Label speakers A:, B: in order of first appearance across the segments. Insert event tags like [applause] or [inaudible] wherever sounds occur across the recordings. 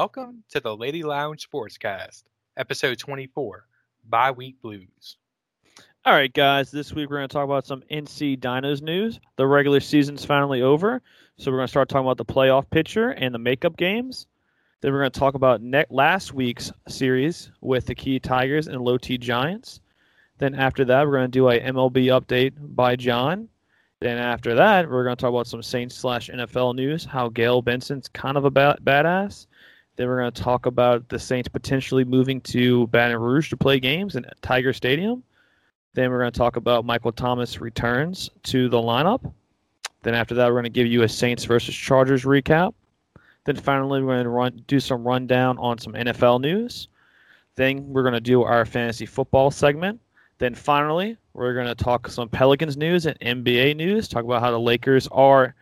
A: Welcome to the Lady Lounge Sportscast, episode 24, Bye Week Blues.
B: All right, guys, this week we're going to talk about some NC Dinos news. The regular season's finally over, so we're going to start talking about the playoff picture and the makeup games. Then we're going to talk about ne- last week's series with the Key Tigers and Low T Giants. Then after that, we're going to do a MLB update by John. Then after that, we're going to talk about some Saints slash NFL news, how Gail Benson's kind of a ba- badass. Then we're going to talk about the Saints potentially moving to Baton Rouge to play games in Tiger Stadium. Then we're going to talk about Michael Thomas returns to the lineup. Then after that, we're going to give you a Saints versus Chargers recap. Then finally, we're going to run do some rundown on some NFL news. Then we're going to do our fantasy football segment. Then finally, we're going to talk some Pelicans news and NBA news. Talk about how the Lakers are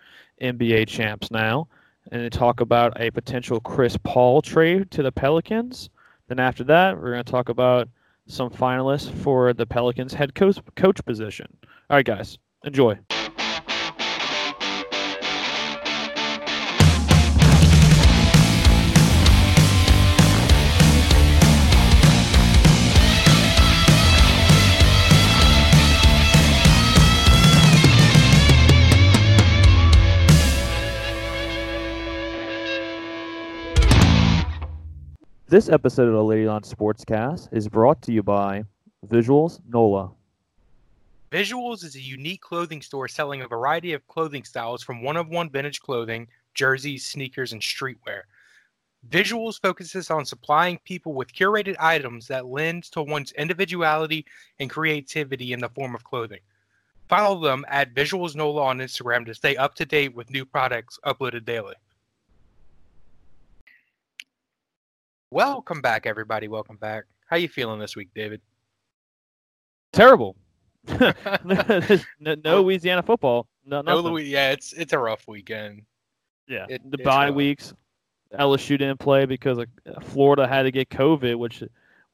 B: NBA champs now, and then talk about a potential Chris Paul trade to the Pelicans. Then after that, we're going to talk about some finalists for the Pelicans head coach coach position. All right, guys, enjoy. This episode of the Lady on Sportscast is brought to you by Visuals NOLA.
A: Visuals is a unique clothing store selling a variety of clothing styles from one of one vintage clothing, jerseys, sneakers, and streetwear. Visuals focuses on supplying people with curated items that lends to one's individuality and creativity in the form of clothing. Follow them at Visuals NOLA on Instagram to stay up to date with new products uploaded daily. Welcome back, everybody. Welcome back. How you feeling this week, David?
B: Terrible. [laughs] no, no Louisiana football. No,
A: No,
B: nothing.
A: Louis, yeah, it's it's a rough weekend.
B: yeah,
A: it-
B: the
A: it's
B: bye
A: rough.
B: weeks. LSU didn't play because like, Florida had to get COVID. Which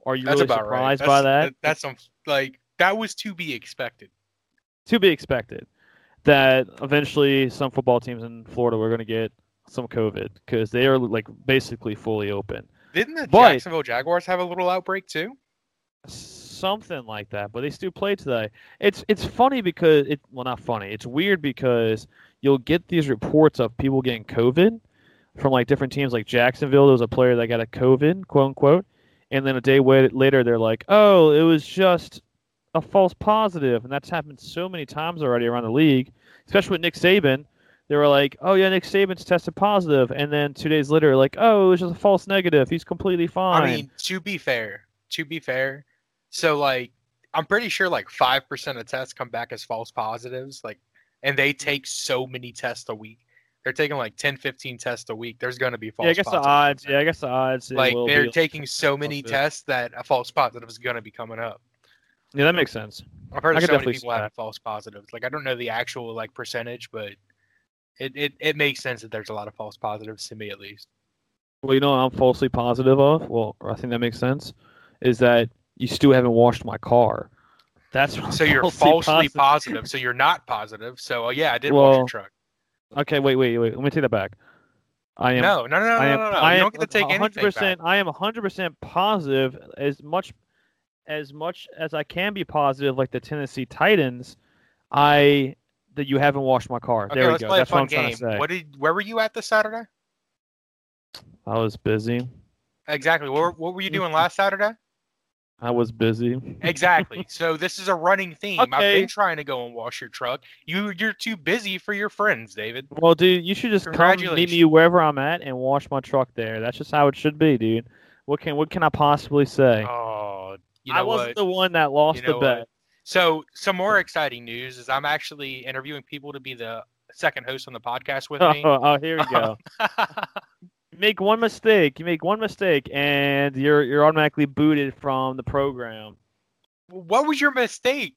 B: are you
A: That's
B: really
A: about
B: surprised
A: right.
B: by
A: That's-
B: that?
A: That's some like that was to be expected.
B: to be expected that eventually some football teams in Florida were going to get some COVID because they are like basically fully open.
A: Didn't the
B: But-
A: Jacksonville Jaguars have a little outbreak too?
B: Something like that, but they still play today. It's it's funny because it well not funny. It's weird because you'll get these reports of people getting COVID from like different teams, like Jacksonville. There was a player that got a COVID, quote unquote, and then a day wa- later they're like, "Oh, it was just a false positive," and that's happened so many times already around the league, especially with Nick Saban. They were like, "Oh yeah, Nick Saban's tested positive," and then two days later, like, "Oh, it was just a false negative. He's completely fine."
A: I mean, to be fair, to be fair, so like I'm pretty sure like five percent of tests come back as false positives, like, and they take so many tests a week. They're taking like 10, 15 tests a week. There's going to be false.
B: yeah, I guess the
A: positives.
B: odds. Yeah, I guess the odds. it
A: like
B: will
A: they're
B: be-
A: taking so many
B: positive.
A: tests that a false positive is going to be coming up.
B: Yeah, that makes sense.
A: I've heard
B: I
A: of
B: could
A: so many
B: definitely see
A: people having false positives. Like I don't know the actual like percentage, but it, it, it makes sense that there's a lot of false positives to me at least.
B: Well, you know what I'm falsely positive of? Well, I think that makes sense. Is that you still haven't washed my car? That's what I'm
A: So you're falsely positive. So you're not positive. So uh, yeah, I did wash your
B: Well,
A: truck.
B: Okay, wait, wait, wait. Let me take that back. I am.
A: No, no, no, no,
B: I am.
A: no, no, no.
B: I
A: You
B: am
A: don't get to take anything back.
B: 100%, I am 100 percent positive as much as much as I can be positive, like the Tennessee Titans. I that you haven't washed my car.
A: Okay,
B: there we
A: let's
B: go.
A: play
B: That's
A: a fun
B: what I'm trying
A: game.
B: to say.
A: What did? Where were you at this Saturday?
B: I was busy.
A: Exactly. What, what were you doing last Saturday?
B: I was busy. [laughs]
A: Exactly. so this is a running theme. I've
B: Okay.
A: been trying to go and wash your truck. You you're too busy for your friends, David.
B: Well, dude, you should just come meet me
A: Congratulations.
B: wherever I'm at and wash my truck there. That's just how it should be, dude. What can what can I possibly say?
A: Oh, you know
B: I wasn't
A: what?
B: the one that lost
A: You know
B: the
A: what?
B: bet.
A: So, some more exciting news is I'm actually interviewing people to be the second host on the podcast with
B: [laughs]
A: me.
B: Oh, oh, here
A: [laughs]
B: we go. you make one mistake, you make one mistake, and you're you're automatically booted from the program.
A: what was your mistake?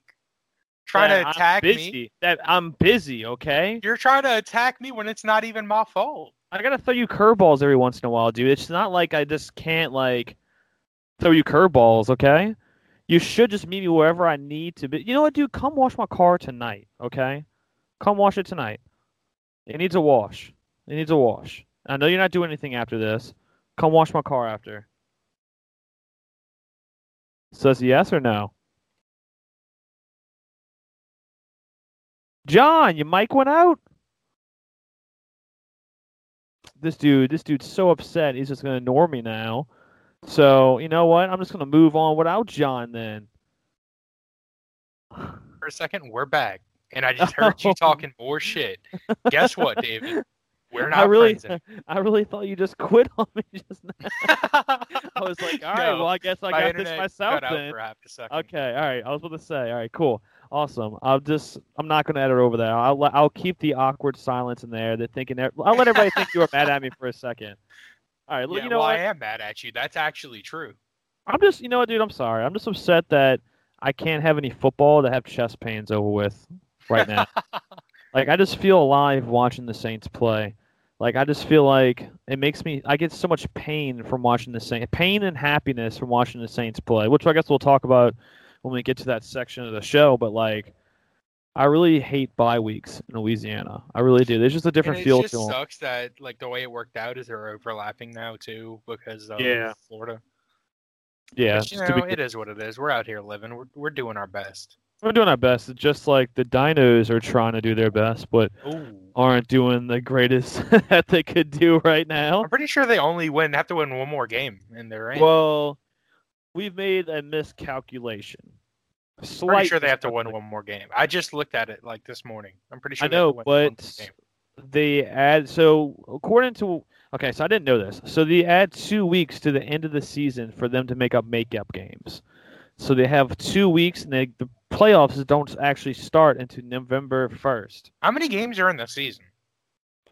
A: Trying
B: That
A: to
B: I'm
A: attack
B: busy.
A: me?
B: That I'm busy. Okay,
A: You're trying to attack me when it's not even my fault.
B: I gotta throw you curveballs every once in a while, dude. It's not like I just can't like throw you curveballs, okay? You should just meet me wherever I need to be. You know what, dude? Come wash my car tonight, okay? Come wash it tonight. It needs a wash. It needs a wash. I know you're not doing anything after this, Come wash my car after. So that's a yes or no? John, your mic went out. This dude, this dude's so upset. He's just gonna ignore me now. So you know what? I'm just gonna move on without John then.
A: For a second, we're back, and I just heard
B: [laughs]
A: you
B: Oh.
A: talking more shit. Guess what, David? We're not
B: [laughs] I really,
A: friends anymore.
B: I really thought you just [laughs] quit on me just now. I
A: [laughs]
B: was like, all right,
A: No,
B: well, I guess [laughs]
A: my
B: I got this
A: internet
B: myself
A: cut out
B: then.
A: for half a second.
B: Okay, all right. I was about to say, all right, cool, awesome. I'll just, I'm not gonna edit over that. I'll, let- I'll keep the awkward silence in there. They're thinking, I'll let everybody think you were mad at me for a second. All right,
A: Yeah,
B: you know
A: well,
B: what?
A: I am mad at you. That's actually true.
B: I'm just, you know what, dude? I'm sorry. I'm just upset that I can't have any football to have chest pains over with right now. like, I just feel alive watching the Saints play. Like, I just feel like it makes me, I get so much pain from watching the Saints, pain and happiness from watching the Saints play, which I guess we'll talk about when we get to that section of the show. But, like, I really hate bye weeks in Louisiana. I really do. There's just a
A: And
B: different
A: it
B: feel
A: just
B: to them.
A: sucks that like the way it worked out is they're overlapping now too because of
B: Yeah.
A: Florida.
B: Yeah.
A: But, you
B: just to be
A: know, it is what it is. We're out here living. We're we're doing our best.
B: We're doing our best, just like the dinos are trying to do their best, but
A: Ooh.
B: aren't doing the greatest that they could do right now.
A: I'm pretty sure they only win have to win one more game in their rank.
B: Well, we've made a miscalculation.
A: I'm pretty
B: Slight
A: sure they have to win
B: miscalculation.
A: one more game. I just looked at it like this morning. I'm pretty sure.
B: I
A: they have
B: know,
A: to win one
B: but
A: more game.
B: they add so according to okay, so I didn't know this. So they add two weeks to the end of the season for them to make up makeup games. So they have two weeks, and they, the playoffs don't actually start until November first.
A: how many games are in the season?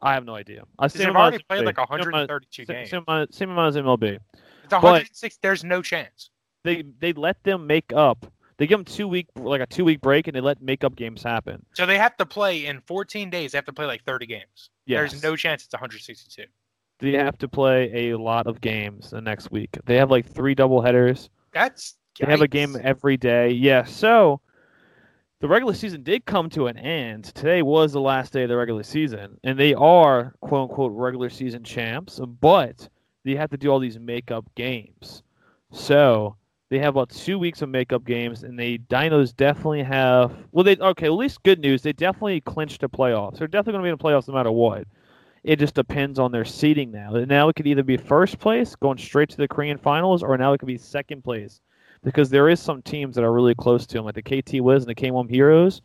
B: I have no idea. I
A: Because they've already played like 132 games.
B: Same amount, same amount as MLB.
A: It's 106. There's no chance.
B: they they let them make up. They give them two week like a two week break, and they let make up games happen.
A: So they have to play in 14 days. They have to play like 30 games.
B: Yes.
A: There's no chance it's 162.
B: They have to play a lot of games the next week. They have like three double headers.
A: That's
B: They have a
A: yikes.
B: game every day. Yeah. So the regular season did come to an end. Today was the last day of the regular season, and they are quote unquote regular season champs, but they have to do all these makeup games. So they have about two weeks of makeup games, and the Dinos definitely have. Well, they okay. At least good news. They definitely clinched the playoffs. They're definitely going to be in the playoffs no matter what. It just depends on their seeding now. Now it could either be first place, going straight to the Korean finals, or now it could be second place because there is some teams that are really close to them, like the KT Wiz and the K1 Heroes,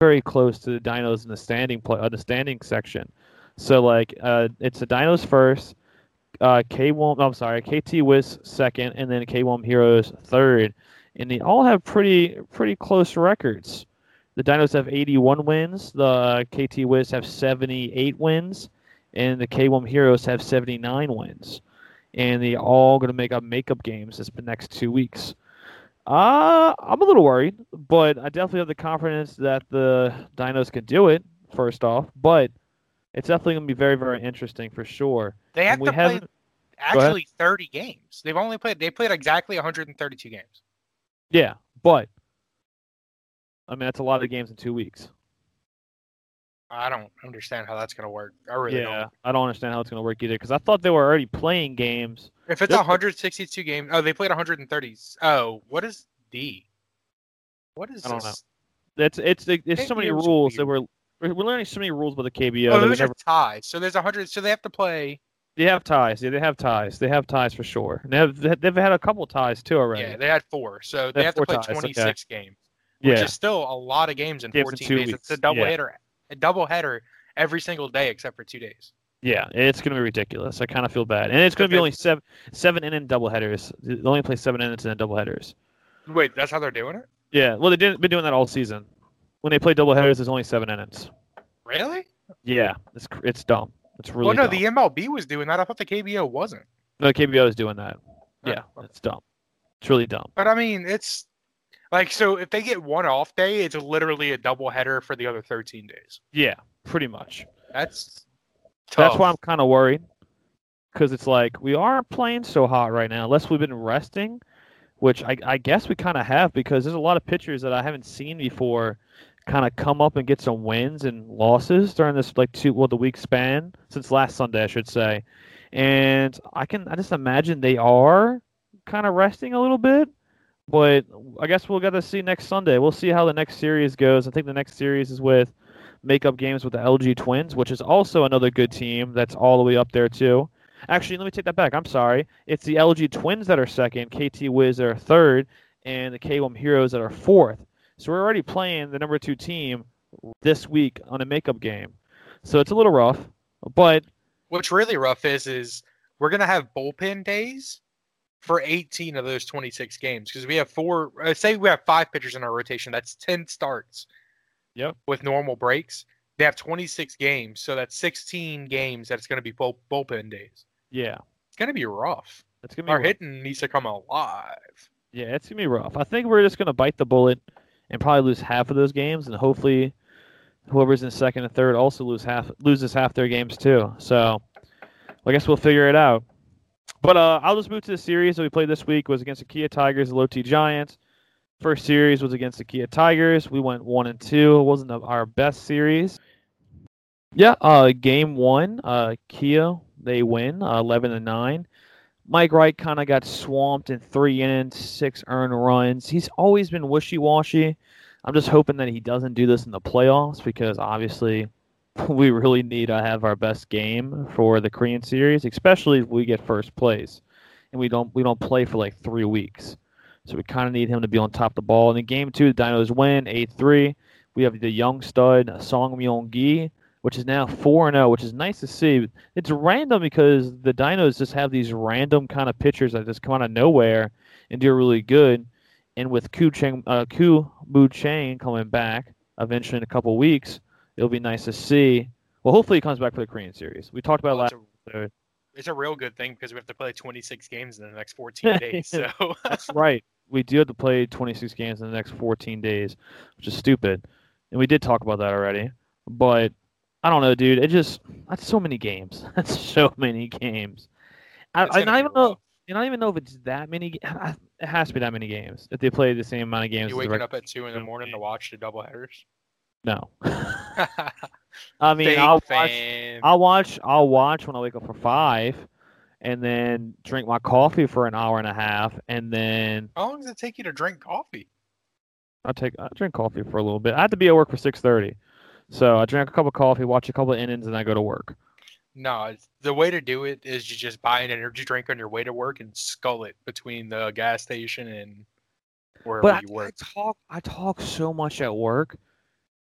B: very close to the Dinos in the standing play, uh, the standing section. So like, uh, it's the Dinos first, uh, K1. I'm sorry, KT Wiz second, and then K1 Heroes third, and they all have pretty pretty close records. The Dinos have 81 wins. The KT Wiz have 78 wins, and the K1 Heroes have 79 wins. And they all going to make up makeup games this the next two weeks. Uh, I'm a little worried, but I definitely have the confidence that the Dinos can do it, first off. But it's definitely going to be very, very interesting for sure.
A: They have
B: we
A: to play
B: haven't- ahead.
A: actually 30 games. They've only played. They played exactly 132 games.
B: Yeah, but I mean, that's a lot of games in two weeks.
A: I don't understand how that's going to work. I really
B: yeah,
A: don't.
B: I don't understand how it's going to work either because I thought they were already playing games.
A: If it's
B: This-
A: 162 games, oh, they played 130. Oh, what is D? What is
B: I don't
A: this?
B: know. That's it's it's, so many
A: KBO's
B: rules that we're
A: weird.
B: we're learning so many rules about the KBO.
A: oh,
B: that we
A: those
B: never,
A: are ties. So there's 100. So they have to play.
B: they have ties. Yeah, they have ties. They have ties for sure. And they have, they- they've had a couple ties too already.
A: Yeah, they had four. So they
B: had
A: have to
B: four
A: play
B: ties, okay.
A: 26 games.
B: yeah.
A: which is still a lot of games in
B: Games in
A: 14
B: two
A: days. It's a
B: weeks,
A: double
B: yeah.
A: hitter, a double header every single day except for two days.
B: Yeah, it's going to be ridiculous. I kind of feel bad, and it's going to be
A: Okay.
B: only seven seven inning doubleheaders. They only play seven innings and then doubleheaders.
A: Wait, that's how they're doing it?
B: Yeah, well, they've been doing that all season. When they play doubleheaders, there's only seven innings.
A: Really?
B: Yeah, it's cr- it's dumb. It's really
A: well, no,
B: dumb.
A: the MLB was doing that. I thought the KBO wasn't.
B: no KBO is doing that.
A: Oh,
B: Yeah,
A: okay.
B: it's dumb. It's really dumb.
A: But I mean, it's like so if they get one off day, it's literally a double header for the other 13 days.
B: Yeah, pretty much.
A: That's tough.
B: That's why I'm kind of worried because it's like we are playing so hot right now, unless we've been resting, which I, I guess we kind of have because there's a lot of pitchers that I haven't seen before kind of come up and get some wins and losses during this like two well the week span since last Sunday I should say, and I can I just imagine they are kind of resting a little bit. But I guess we'll get to see next Sunday. We'll see how the next series goes. I think the next series is with makeup games with the LG Twins, which is also another good team that's all the way up there too. Actually, let me take that back. I'm sorry. It's the LG Twins that are second, KT Wiz are third, and the K1 Heroes that are fourth. So we're already playing the number two team this week on a makeup game. So it's a little rough, but
A: What's really rough is is we're gonna have bullpen days for 18 of those 26 games because we have four. Uh, say we have five pitchers in our rotation. That's 10 starts.
B: Yep.
A: With normal breaks, they have 26 games, so that's 16 games that's gonna be bull, bullpen days.
B: yeah,
A: It's gonna be rough.
B: it's gonna be
A: Our
B: rough.
A: hitting needs to come alive.
B: Yeah, it's gonna be rough. I think we're just gonna bite the bullet and probably lose half of those games, and hopefully, whoever's in second and third also lose half loses half their games too. So, I guess we'll figure it out. But uh, I'll just move to the series that we played this week was against the Kia Tigers, the Low T Giants. First series was against the Kia Tigers. We went one and two. It wasn't the- our best series. Yeah, uh, game one, uh, Kia they win uh, eleven to nine. Mike Wright kind of got swamped in three innings, six earned runs. He's always been wishy washy. I'm just hoping that he doesn't do this in the playoffs because obviously [laughs] we really need to have our best game for the Korean series, especially if we get first place and we don't we don't play for like three weeks. So we kind of need him to be on top of the ball. And in game two, the Dinos win eight three. We have the young stud Song Myung Gi, which is now four and zero, which is nice to see it's random because the dinos just have these random kind of pitchers that just come out of nowhere and do really good. And with Ku Cheng, uh, Ku Mu Chang coming back eventually in a couple weeks, it'll be nice to see. Well, hopefully he comes back for the Korean series. We talked about
A: Well,
B: last
A: it's, a,
B: episode.
A: it's a real good thing because we have to play 26 games in the next
B: [laughs]
A: 14 days. So [laughs]
B: That's right. We do have to play 26 games in the next 14 days, which is stupid. And we did talk about that already. But I don't know, dude. It just that's so many games. [laughs] That's so many games. I,
A: it's
B: I,
A: gonna
B: I
A: be
B: even know.
A: rough.
B: And I don't even know if it's that many. ga- [laughs] I- It has to be that many games if they play the same amount of games.
A: You
B: as the
A: waking
B: reg-
A: up at two in the morning to watch the doubleheaders. [laughs]
B: No,
A: I
B: I mean I'll watch.
A: fan.
B: I'll watch. I'll watch when I wake up for five, and then drink my coffee for an hour and a half, and then
A: How long does it take you to drink coffee?
B: I take I drink coffee for a little bit. I have to be at work for six thirty, so I drink a cup of coffee, watch a couple of innings, and I go to work.
A: No, it's- the way to do it is you just buy an energy drink on your way to work and scull it between the gas station and wherever
B: But I,
A: you
B: I
A: work.
B: talk. I talk so much at work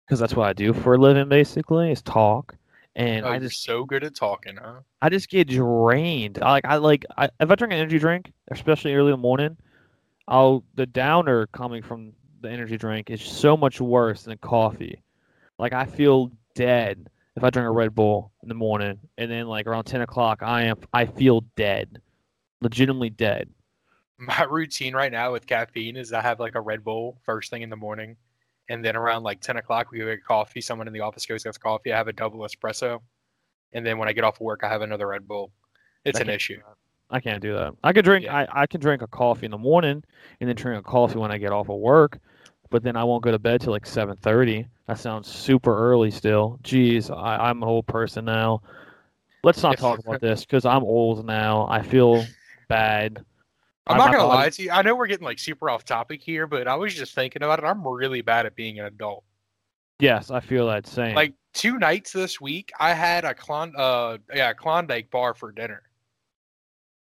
B: because that's what I do for a living. Basically, is talk, and
A: oh,
B: I
A: you're
B: just
A: so good at talking, huh?
B: I just get drained. I, like I like I, if I drink an energy drink, especially early in the morning, I'll the downer coming from the energy drink is so much worse than coffee. Like I feel dead if I drink a Red Bull in the morning, and then like around ten o'clock, I am I feel dead, legitimately dead.
A: My [laughs] routine right now with caffeine is I have like a Red Bull first thing in the morning, and then around like ten o'clock we go get coffee. Someone in the office goes gets coffee. I have a double espresso, and then when I get off of work, I have another Red Bull. It's
B: I
A: an
B: can't
A: issue.
B: do that. I can't do that. I could drink.
A: Yeah.
B: I, I can drink a coffee in the morning and then drink a coffee when I get off of work, but then I won't go to bed till like seven thirty. That sounds super early still. Jeez, I, I'm an old person now. Let's not
A: Yes. [laughs]
B: talk about this because I'm old now. I feel bad.
A: I'm
B: I-
A: not
B: my
A: gonna
B: body-
A: lie to you. I know we're getting like super off topic here, but I was just thinking about it. I'm really bad at being an adult.
B: Yes, I feel that same.
A: Like two nights this week, I had a Klond- uh yeah a Klondike bar for dinner.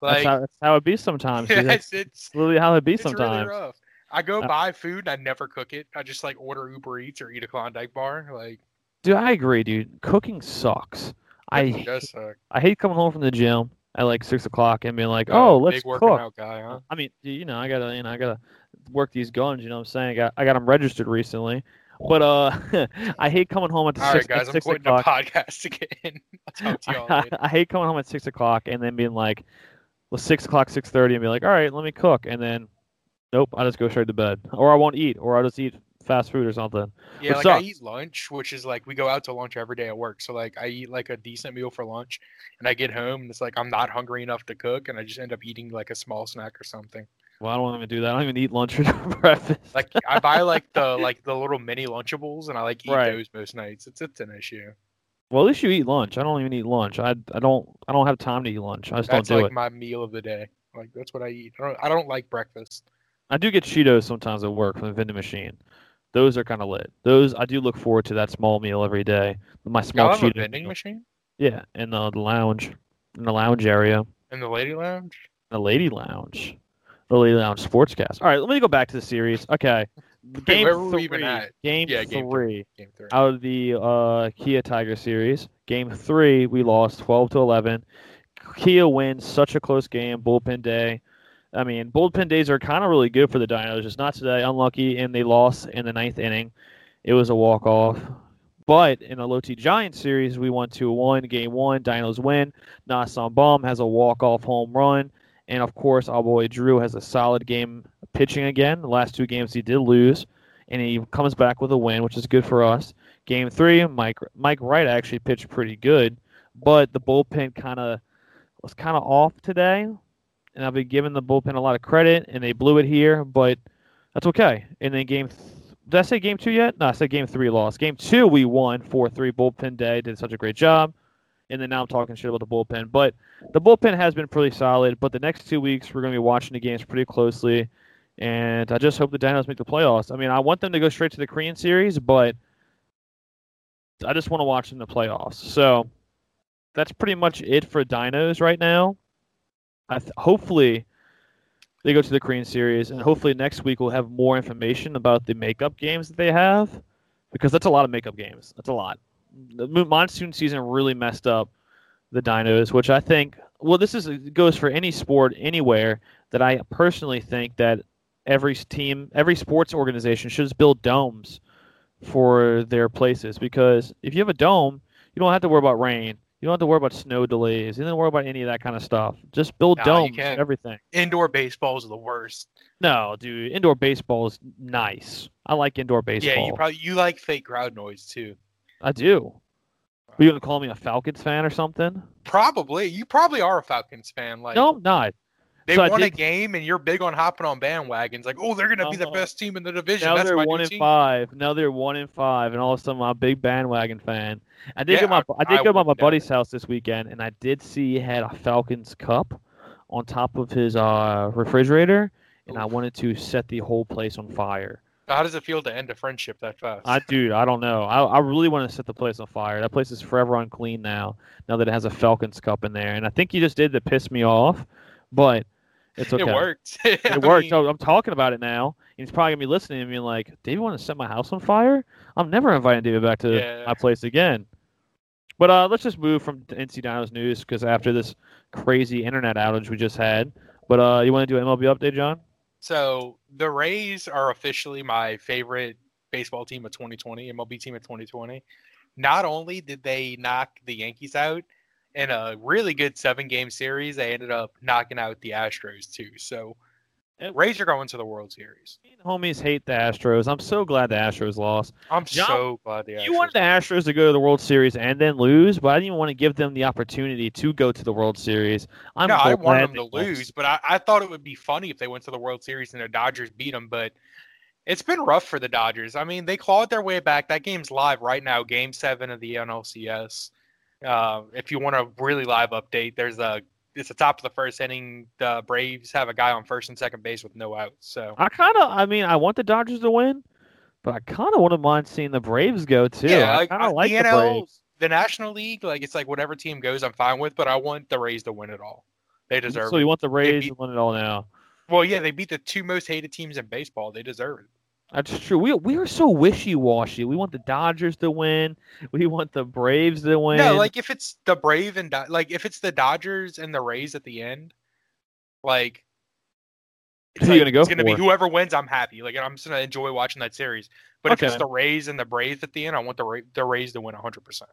B: that's,
A: Like
B: how, that's how it
A: [laughs]
B: be sometimes. dude. That's
A: it's it's,
B: literally how it be
A: it's really
B: sometimes.
A: rough. I go
B: Uh,
A: buy food and I never cook it. I just like order Uber Eats or eat a Klondike bar. Like
B: dude, I agree, dude. Cooking sucks.
A: it
B: I
A: does suck.
B: I hate coming home from the gym at like six o'clock and being like,
A: Oh,
B: oh, let's
A: big working
B: cook.
A: out guy, huh?
B: I mean, y- you know, I gotta, you know, I gotta work these guns. You know what I'm saying? I got, I got them registered recently, but uh, [laughs] I hate coming home at the
A: All right,
B: six, at
A: guys, I'm
B: six
A: quitting the
B: o'clock.
A: podcast [laughs] again. I'll talk to
B: [laughs]
A: y'all
B: I,
A: later.
B: hate coming home at six o'clock and then being like, well, six o'clock, six thirty, and be like, all right, let me cook, and then, nope, I just go straight to bed, or I won't eat, or I'll just eat fast food or something.
A: Yeah, like
B: Which
A: I
B: sucks.
A: eat lunch, which is like we go out to lunch every day at work. So like I eat like a decent meal for lunch, and I get home and it's like I'm not hungry enough to cook, and I just end up eating like a small snack or something.
B: Well, I don't even do that. I don't even eat lunch [laughs] or breakfast.
A: Like I
B: [laughs]
A: buy like the like the little mini Lunchables, and I like eat
B: Right.
A: those most nights. It's it's an issue.
B: Well, at least you eat lunch. I don't even eat lunch. I I don't I don't have time to eat lunch. I just
A: That's
B: don't do
A: like
B: it.
A: my meal of the day. Like that's what I eat. I don't, I don't like breakfast.
B: I do get Cheetos sometimes at work from the vending machine. Those are kind of lit. Those I do look forward to that small meal every day. My
A: Y'all
B: small
A: have a
B: Cheetos.
A: vending
B: meal.
A: machine
B: Yeah, in the, the lounge, in the lounge area,
A: in the lady lounge.
B: the lady lounge, the lady lounge sportscast. All right, let me go back to the series. Okay,
A: [laughs]
B: game
A: where were we
B: three.
A: even at?
B: Game
A: Yeah, game three.
B: three.
A: Game three.
B: out of the uh, Kia Tiger series. Game three, we lost twelve to eleven. Kia wins such a close game. Bullpen day. I mean, bullpen days are kind of really good for the Dinos. Just not today. Unlucky, and they lost in the ninth inning. It was a walk off. But in the Loti Giants series, we won 2 1. Game one, Dinos win. Nasan Baum has a walk off home run. And of course, our boy Drew has a solid game pitching again. The last two games he did lose. And he comes back with a win, which is good for us. Game three, Mike Mike Wright actually pitched pretty good, but the bullpen kind of was kind of off today, and I've been giving the bullpen a lot of credit, and they blew it here, but that's okay. And then game, th- did I say game two yet? No, I said game three lost. Game two we won four three. Bullpen day did such a great job, and then now I'm talking shit about the bullpen, but the bullpen has been pretty solid. But the next two weeks we're going to be watching the games pretty closely, and I just hope the Dinos make the playoffs. I mean, I want them to go straight to the Korean series, but I just want to watch in the playoffs. So that's pretty much it for Dinos right now. I th- hopefully they go to the Korean series, and hopefully next week we'll have more information about the makeup games that they have, because that's a lot of makeup games. That's a lot. The mo- monsoon season really messed up the Dinos, which I think. Well, this is goes for any sport anywhere that I personally think that every team, every sports organization should just build domes for their places because if you have a dome, you don't have to worry about rain. You don't have to worry about snow delays. You don't worry about any of that kind of stuff. Just build
A: Nah, you
B: domes, for
A: can't.
B: everything.
A: Indoor baseball is the worst.
B: No, dude, indoor baseball is nice. I like indoor baseball.
A: Yeah, you probably you like fake crowd noise too.
B: I do. Are you gonna call me a Falcons fan or something?
A: Probably you probably are a Falcons fan. Like
B: no, I'm not.
A: they
B: so I
A: won a
B: did-
A: game and you're big on hopping on bandwagons. Like oh they're gonna be the
B: Uh-huh.
A: best team in the division.
B: Now
A: That's
B: they're
A: my
B: one
A: new
B: in
A: team.
B: five. Now they're one in five, and all of a sudden I'm a big bandwagon fan. I did
A: Yeah,
B: go my
A: I-
B: I, did
A: I
B: go by my
A: wouldn't doubt
B: buddy's house this weekend, and I did see he had a Falcons cup on top of his uh, refrigerator, and I
A: Oof.
B: wanted to set the whole place on fire.
A: How does it feel to end a friendship that fast?
B: I dude, I don't know. I, I really want to set the place on fire. That place is forever unclean now. Now that it has a Falcons cup in there, and I think you just did to piss me off, but it's okay.
A: It worked. [laughs] It
B: It worked. [laughs] So I'm talking about it now. And he's probably gonna be listening and being like, David want to set my house on fire? I'm never inviting David back to
A: Yeah.
B: my place again. But uh, let's just move from the NC Dinos news because after this crazy internet outage we just had. But uh, you want to do an MLB update, John?
A: So the Rays are officially my favorite baseball team of 2020, MLB team of 2020. Not only did they knock the Yankees out in a really good seven game series, they ended up knocking out the Astros too. So
B: It-
A: Rays are going to the World Series.
B: Me and Homies hate the Astros. I'm so glad the Astros lost.
A: I'm
B: John,
A: so glad the Astros.
B: You wanted the Astros to go to the World Series and then lose, but I didn't want to give them the opportunity to go to the World Series. I'm
A: no, I
B: so glad
A: wanted them
B: they
A: to
B: lost.
A: lose, but I, I thought it would be funny if they went to the World Series and the Dodgers beat them. But it's been rough for the Dodgers. I mean, they clawed their way back. That game's live right now, Game Seven of the NLCS. Uh, if you want a really live update, there's a it's the top of the first inning. The Braves have a guy on first and second base with no outs. So
B: I kind of, I mean, I want the Dodgers to win, but I kind of wouldn't mind seeing the Braves go too. I kind of like
A: you
B: the
A: know,
B: Braves.
A: the National League, like it's like whatever team goes, I'm fine with. But I want the Rays to win it all. They deserve
B: So
A: it.
B: you want the Rays
A: beat-
B: to win it all now?
A: Well, yeah, they beat the two most hated teams in baseball. They deserve it.
B: That's true. We we are so wishy washy. We want the Dodgers to win. [laughs] We want the Braves to win.
A: No, like if it's the Brave and Do- like if it's the Dodgers and the Rays at the end, like it's,
B: Who you
A: like,
B: gonna go
A: it's gonna be
B: for?
A: whoever wins. I'm happy. Like I'm just gonna enjoy watching that series. But if
B: Okay.
A: it's the Rays and the Braves at the end, I want the Ra- the Rays to win 100. percent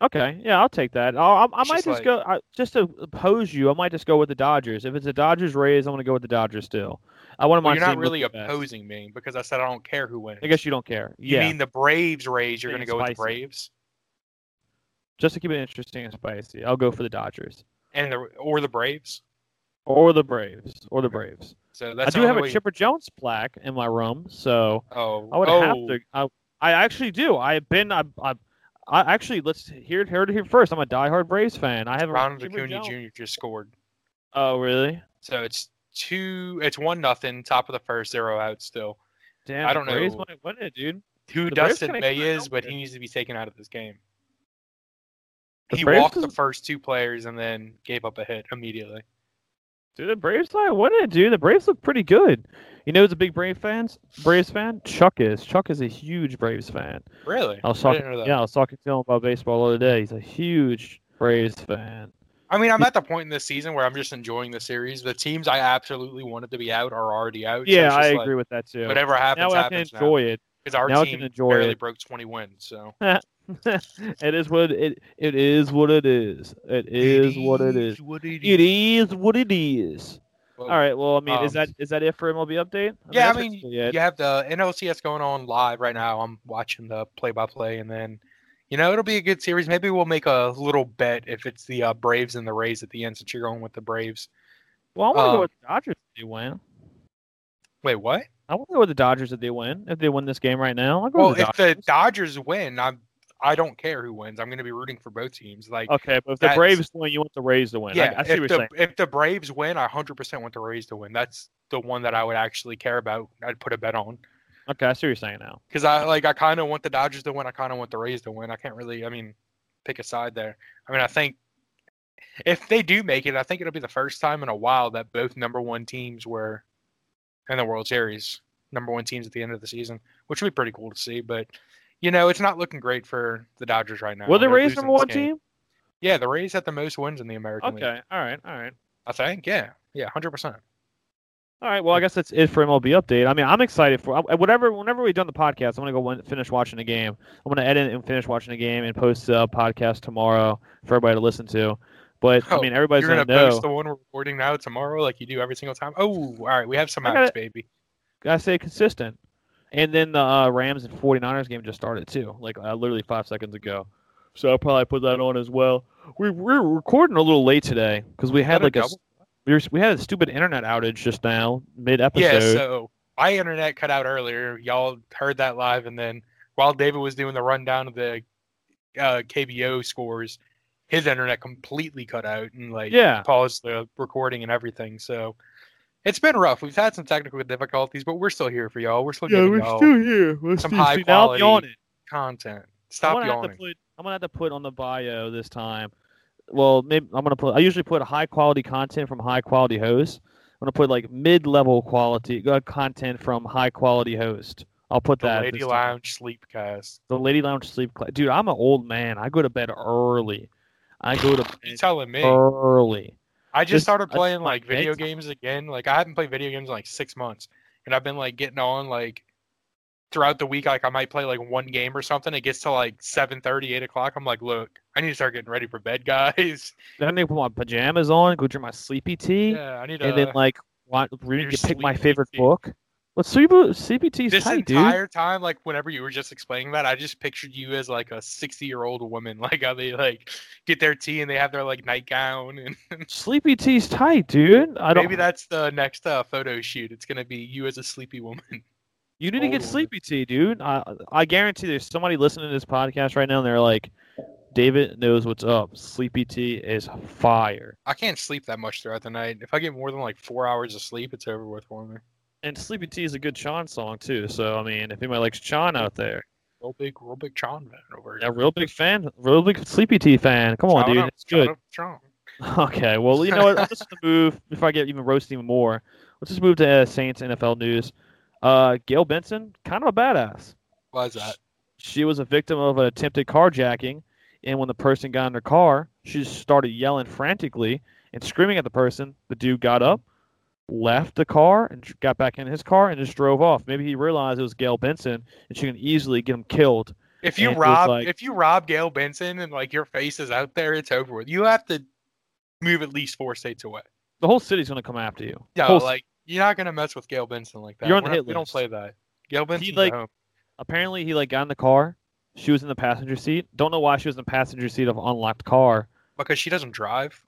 B: okay, yeah, I'll take that. I'll, I, I
A: It's
B: might
A: just
B: just
A: like-
B: go I, just to oppose you. I might just go with the Dodgers. If it's the Dodgers Rays, I'm gonna go with the Dodgers still. I want to.
A: Well, you're not really opposing me because I said I don't care who wins.
B: I guess you don't care.
A: You
B: yeah,
A: mean the Braves Rays? You're gonna
B: Being
A: go with the
B: spicy.
A: Braves
B: just to keep it interesting and spicy, I'll go for the Dodgers
A: and the or the Braves.
B: or the Braves or the Braves.
A: So that's
B: I do
A: the
B: have
A: only
B: a
A: way-
B: Chipper Jones plaque in my room, so
A: Oh,
B: I would
A: oh,
B: have to. I, I actually do. I've been. I, I, I actually let's hear heard it here first. I'm a diehard Braves fan. I have
A: Ronald Acuna Jr. just scored,
B: Oh really?
A: so it's two. It's one nothing. Top of the first, zero out still.
B: Damn,
A: I
B: the
A: don't know.
B: Braves might win it, dude.
A: Who
B: The Braves
A: Dustin
B: kinda
A: May
B: came out
A: is, but
B: there.
A: he needs to be taken out of this game.
B: The
A: he
B: Braves
A: walked the
B: doesn't-
A: first two players and then gave up a hit immediately.
B: Dude, the Braves might win it, dude. The Braves look pretty good. You know who's a big Brave fans? Braves fan? Chuck is. Chuck is a huge Braves fan.
A: Really?
B: I was
A: I
B: talking
A: didn't know that.
B: yeah, I was talking to him about baseball the other day. He's a huge Braves fan.
A: I mean, I'm at the point in this season where I'm just enjoying the series. The teams I absolutely wanted to be out are already out. so
B: yeah,
A: it's just
B: I
A: like,
B: agree with that too.
A: Whatever happens,
B: now I can
A: happens
B: enjoy it. [laughs]
A: Because our
B: now I
A: team
B: can enjoy
A: barely
B: it.
A: broke 20 wins. So
B: it is what it it is what it is. It is what it is.
A: What it
B: It is what it is.
A: Well,
B: All right. Well, I mean, is
A: Um,
B: that is that it for MLB update?
A: Yeah, I
B: that's
A: mean,
B: basically it.
A: You have the NLCS going on live right now. I'm watching the play-by-play, and then you know it'll be a good series. Maybe we'll make a little bet if it's the uh, Braves and the Rays at the end, since you're going with the Braves.
B: Well, I want to
A: um,
B: go with the Dodgers if they win.
A: Wait, what?
B: I want to go with the Dodgers if they win. If they win this game right now, I'll go
A: Well,
B: with the
A: if
B: Dodgers.
A: the Dodgers win, I'm I don't care who wins. I'm going to be rooting for both teams. Like,
B: Okay, but if the
A: that's-
B: Braves win, you want the Rays to win.
A: yeah,
B: I, I see what
A: if
B: you're
A: the
B: saying.
A: if the Braves win, I 100% want the Rays to win. That's the one that I would actually care about. I'd put a bet on.
B: Okay, I see what you're saying now.
A: because I like I kind of want the Dodgers to win. I kind of want the Rays to win. I can't really, I mean, pick a side there. I mean, I think if they do make it, I think it'll be the first time in a while that both number one teams were in the World Series, number one teams at the end of the season, which would be pretty cool to see. But you know, it's not looking great for the Dodgers right now.
B: Were the
A: They're
B: Rays
A: losing
B: number
A: this
B: one
A: game.
B: team?
A: Yeah, the Rays had the most wins in the American League.
B: Okay, all right, all right.
A: I think. Yeah, yeah, hundred percent.
B: All right. Well, I guess that's it for MLB update. I mean, I'm excited for I- whatever. Whenever we're done the podcast, I'm gonna go win, finish watching the game. I'm gonna edit and finish watching the game and post a podcast tomorrow for everybody to listen to. But I
A: Oh,
B: mean, everybody's
A: You're gonna
B: know.
A: post the one we're recording now tomorrow, like you do every single time. Oh, all right, we have some
B: I got
A: outs,
B: it.
A: baby.
B: Gotta stay consistent. And then the uh, Rams and 49ers game just started too, like uh, literally five seconds ago. So I'll probably put that on as well. We we're recording a little late today because we had
A: Another
B: like a
A: double?
B: s- we, were, we had a stupid internet outage just now mid episode.
A: Yeah, so my internet cut out earlier. Y'all heard that live, and then while David was doing the rundown of the uh, KBO scores, his internet completely cut out and like
B: yeah.
A: paused the recording and everything. So it's been rough. We've had some technical difficulties, but we're still here for y'all. We're still giving y'all
B: here. We're
A: Oh. some high
B: now I'm
A: quality
B: yawning.
A: content.
B: I'm
A: Stop
B: gonna have to
A: yawning.
B: put I'm gonna have to put on the bio this time. Well, maybe I'm gonna put. I usually put high quality content from high quality hosts. I'm gonna put like mid level quality uh, content from high quality host. I'll put
A: The
B: that.
A: Lady
B: this time.
A: Lounge Sleepcast.
B: The Lady Lounge sleep class. Dude, I'm an old man. I go to bed early. I go to
A: You
B: bed
A: telling me?
B: early.
A: I just
B: This-
A: started
B: that's
A: playing
B: my
A: like video
B: bedtime.
A: games again. Like I haven't played video games in like six months, and I've been like getting on like throughout the week. Like I might play like one game or something. It gets to like 7:30, 8 o'clock. I'm like, look, I need to start getting ready for bed, [laughs] guys.
B: Then I need to put my pajamas on. Go drink my sleepy tea,
A: Yeah, I need to.
B: and then like want,
A: your
B: read, pick my
A: sleepy
B: favorite
A: tea.
B: book. But sleepy sleepy tea's
A: this
B: tight, dude.
A: entire time, like whenever you were just explaining that, I just pictured you as like a 60 year old woman, [laughs] like how they like get their tea and they have their like nightgown, and
B: Sleepy tea's tight, dude. I don't.
A: maybe that's the next uh, photo shoot. It's gonna be you as a sleepy woman.
B: You need to
A: Old
B: get
A: woman.
B: sleepy tea, dude. I I guarantee there's somebody listening to this podcast right now, and they're like, David knows what's up. Sleepy tea is fire,
A: I can't sleep that much throughout the night. If I get more than like four hours of sleep, it's over with for me.
B: and sleepy tea is a good Sean song too. So I mean, if anybody likes Sean out there.
A: Real big, real big Chon fan over
B: Yeah,
A: here.
B: real big fan, real big Sleepy Tea fan. Come on,
A: Chon
B: dude,
A: up,
B: it's
A: Chon
B: good.
A: up, Chon.
B: [laughs] Okay, well, you know what? Let's just move before I get even roasted even more. Let's just move to uh, Saints NFL news. Uh, Gail Benson, kind of a badass.
A: Why is that?
B: She was a victim of an attempted carjacking, and when the person got in her car, she just started yelling frantically and screaming at the person. The dude got up, left the car, and tr- got back in his car and just drove off. Maybe he realized it was Gail Benson, and she can easily get him killed.
A: If you
B: And it was
A: rob,
B: like-
A: if you rob Gail Benson and like your face is out there, it's over with. You have to move at least four states away.
B: The whole city's gonna come after you.
A: No,
B: Whole
A: like you're not gonna mess with Gail Benson like that.
B: You're on
A: We're
B: the
A: not-
B: hit
A: we don't
B: list.
A: play that. Gail Benson, like,
B: like-
A: home.
B: apparently he like got in the car. She was in the passenger seat. Don't know why she was in the passenger seat of an unlocked car.
A: because she doesn't drive.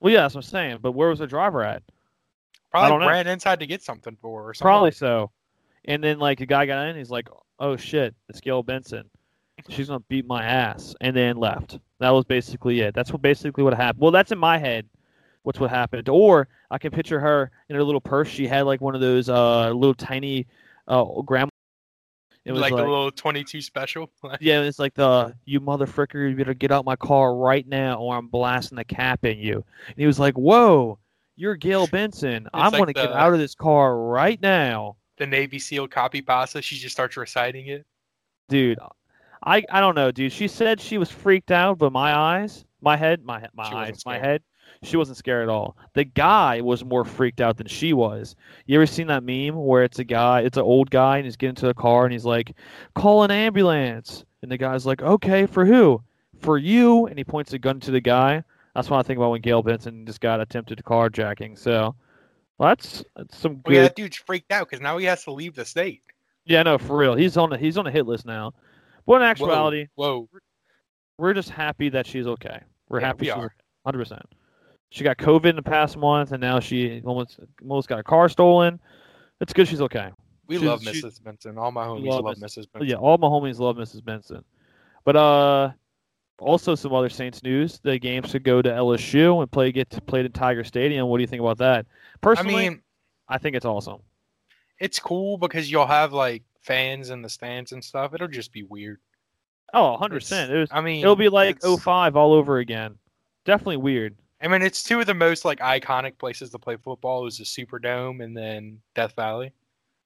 B: Well, yeah, that's what I'm saying. But where was the driver at? don't
A: Probably
B: know.
A: ran inside to get something for her. Or something.
B: Probably so. And then like the guy got in. He's like, "Oh shit, it's Gail Benson." she's gonna beat my ass, and then left. That was basically it. That's what basically what happened. Well, that's in my head. What's what happened? Or I can picture her in her little purse. She had like one of those uh little tiny uh grandma. It was
A: like,
B: like,
A: the little 22 special.
B: yeah, it's like the you motherfucker, you better get out my car right now, or I'm blasting the cap in you. And he was like, "Whoa, you're
A: [laughs]
B: Gail Benson. I'm
A: like
B: gonna get
A: the-
B: out of this car right now."
A: the Navy SEAL copy pasta. She just starts reciting it.
B: dude i i don't know dude she said she was freaked out but my eyes my head my my
A: She wasn't
B: eyes my
A: scared.
B: head she wasn't scared at all the guy was more freaked out than she was you ever seen that meme where it's a guy it's an old guy and he's getting to the car and he's like call an ambulance and the guy's like okay for who for you and he points a gun to the guy that's what i think about when gail benson just got attempted carjacking so well, that's, that's some
A: Well, yeah,
B: good
A: that dude's freaked out because now he has to leave the state.
B: yeah no for real he's on the he's on a hit list now but in actuality
A: Whoa,
B: we're just happy that she's okay. We're
A: Yeah,
B: happy
A: we
B: she's
A: are.
B: okay. 100%. She got COVID in the past month, and now she almost almost got a car stolen. It's good she's okay.
A: we
B: She's-
A: love
B: she-
A: Mrs. Benson. All my homies
B: love
A: love
B: Mrs.
A: Mrs.
B: But
A: Benson.
B: yeah, all my homies love Mrs. Benson. But uh, also some other Saints news. The games could go to LSU and play get played at Tiger Stadium. What do you think about that?
A: I
B: Personally, I,
A: mean,
B: think it's awesome.
A: it's cool because you'll have like fans in the stands and stuff. It'll just be weird.
B: Oh, 100%. It was,
A: I mean,
B: it'll be like oh,
A: it's-
B: 05 all over again. Definitely weird.
A: I mean, it's two of the most like iconic places to play football is the Superdome and then Death Valley.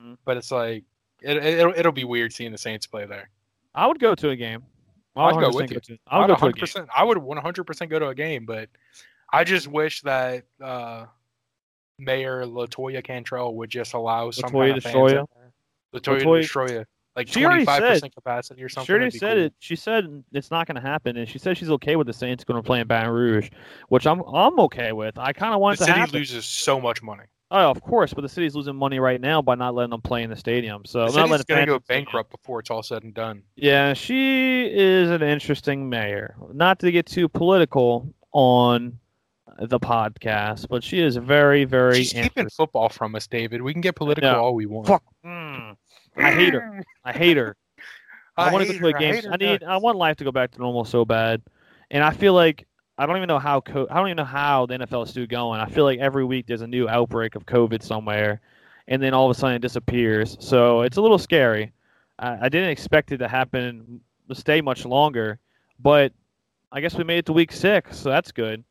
B: Mhm.
A: But it's like it, it, will it'll be weird seeing the Saints play there.
B: I would go to a game. I
A: I'd
B: would
A: go
B: 100%
A: with you.
B: to- I would go to a game.
A: 100%, I would 100% go to a game, but I just wish that uh, Mayor Latoya Cantrell would just allow some
B: Latoya
A: kind of fans
B: Destroya?
A: in there. Latoya,
B: Latoya-
A: Destroya, like
B: She already
A: 25%
B: said-
A: capacity or something.
B: She already
A: that'd be
B: said
A: cool.
B: it. She said it's not going to happen, and she said she's okay with the Saints going to play in Baton Rouge, which I'm I'm okay with. I kind of
A: The
B: want it to
A: city
B: happen.
A: loses so much money.
B: oh, of course, but the city's losing money right now by not letting them play in the stadium. So
A: The
B: not
A: city's going to
B: letting fans
A: go
B: in the stadium.
A: bankrupt before it's all said and done.
B: Yeah, she is an interesting mayor. Not to get too political on the podcast, but she is very, very
A: She's keeping
B: interesting.
A: football from us, David. We can get political
B: No.
A: all we want.
B: Fuck.
A: hmm.
B: Mm. I hate her. I hate her. I, want to
A: hate
B: go to
A: her,
B: a
A: I
B: game.
A: hate her,
B: I need.
A: no.
B: I want life to go back to normal so bad, and I feel like I don't even know how. Co- I don't even know how the NFL is still going. I feel like every week there's a new outbreak of COVID somewhere, and then all of a sudden it disappears. So it's a little scary. I, I didn't expect it to happen, to stay much longer, but I guess we made it to week six, so that's good.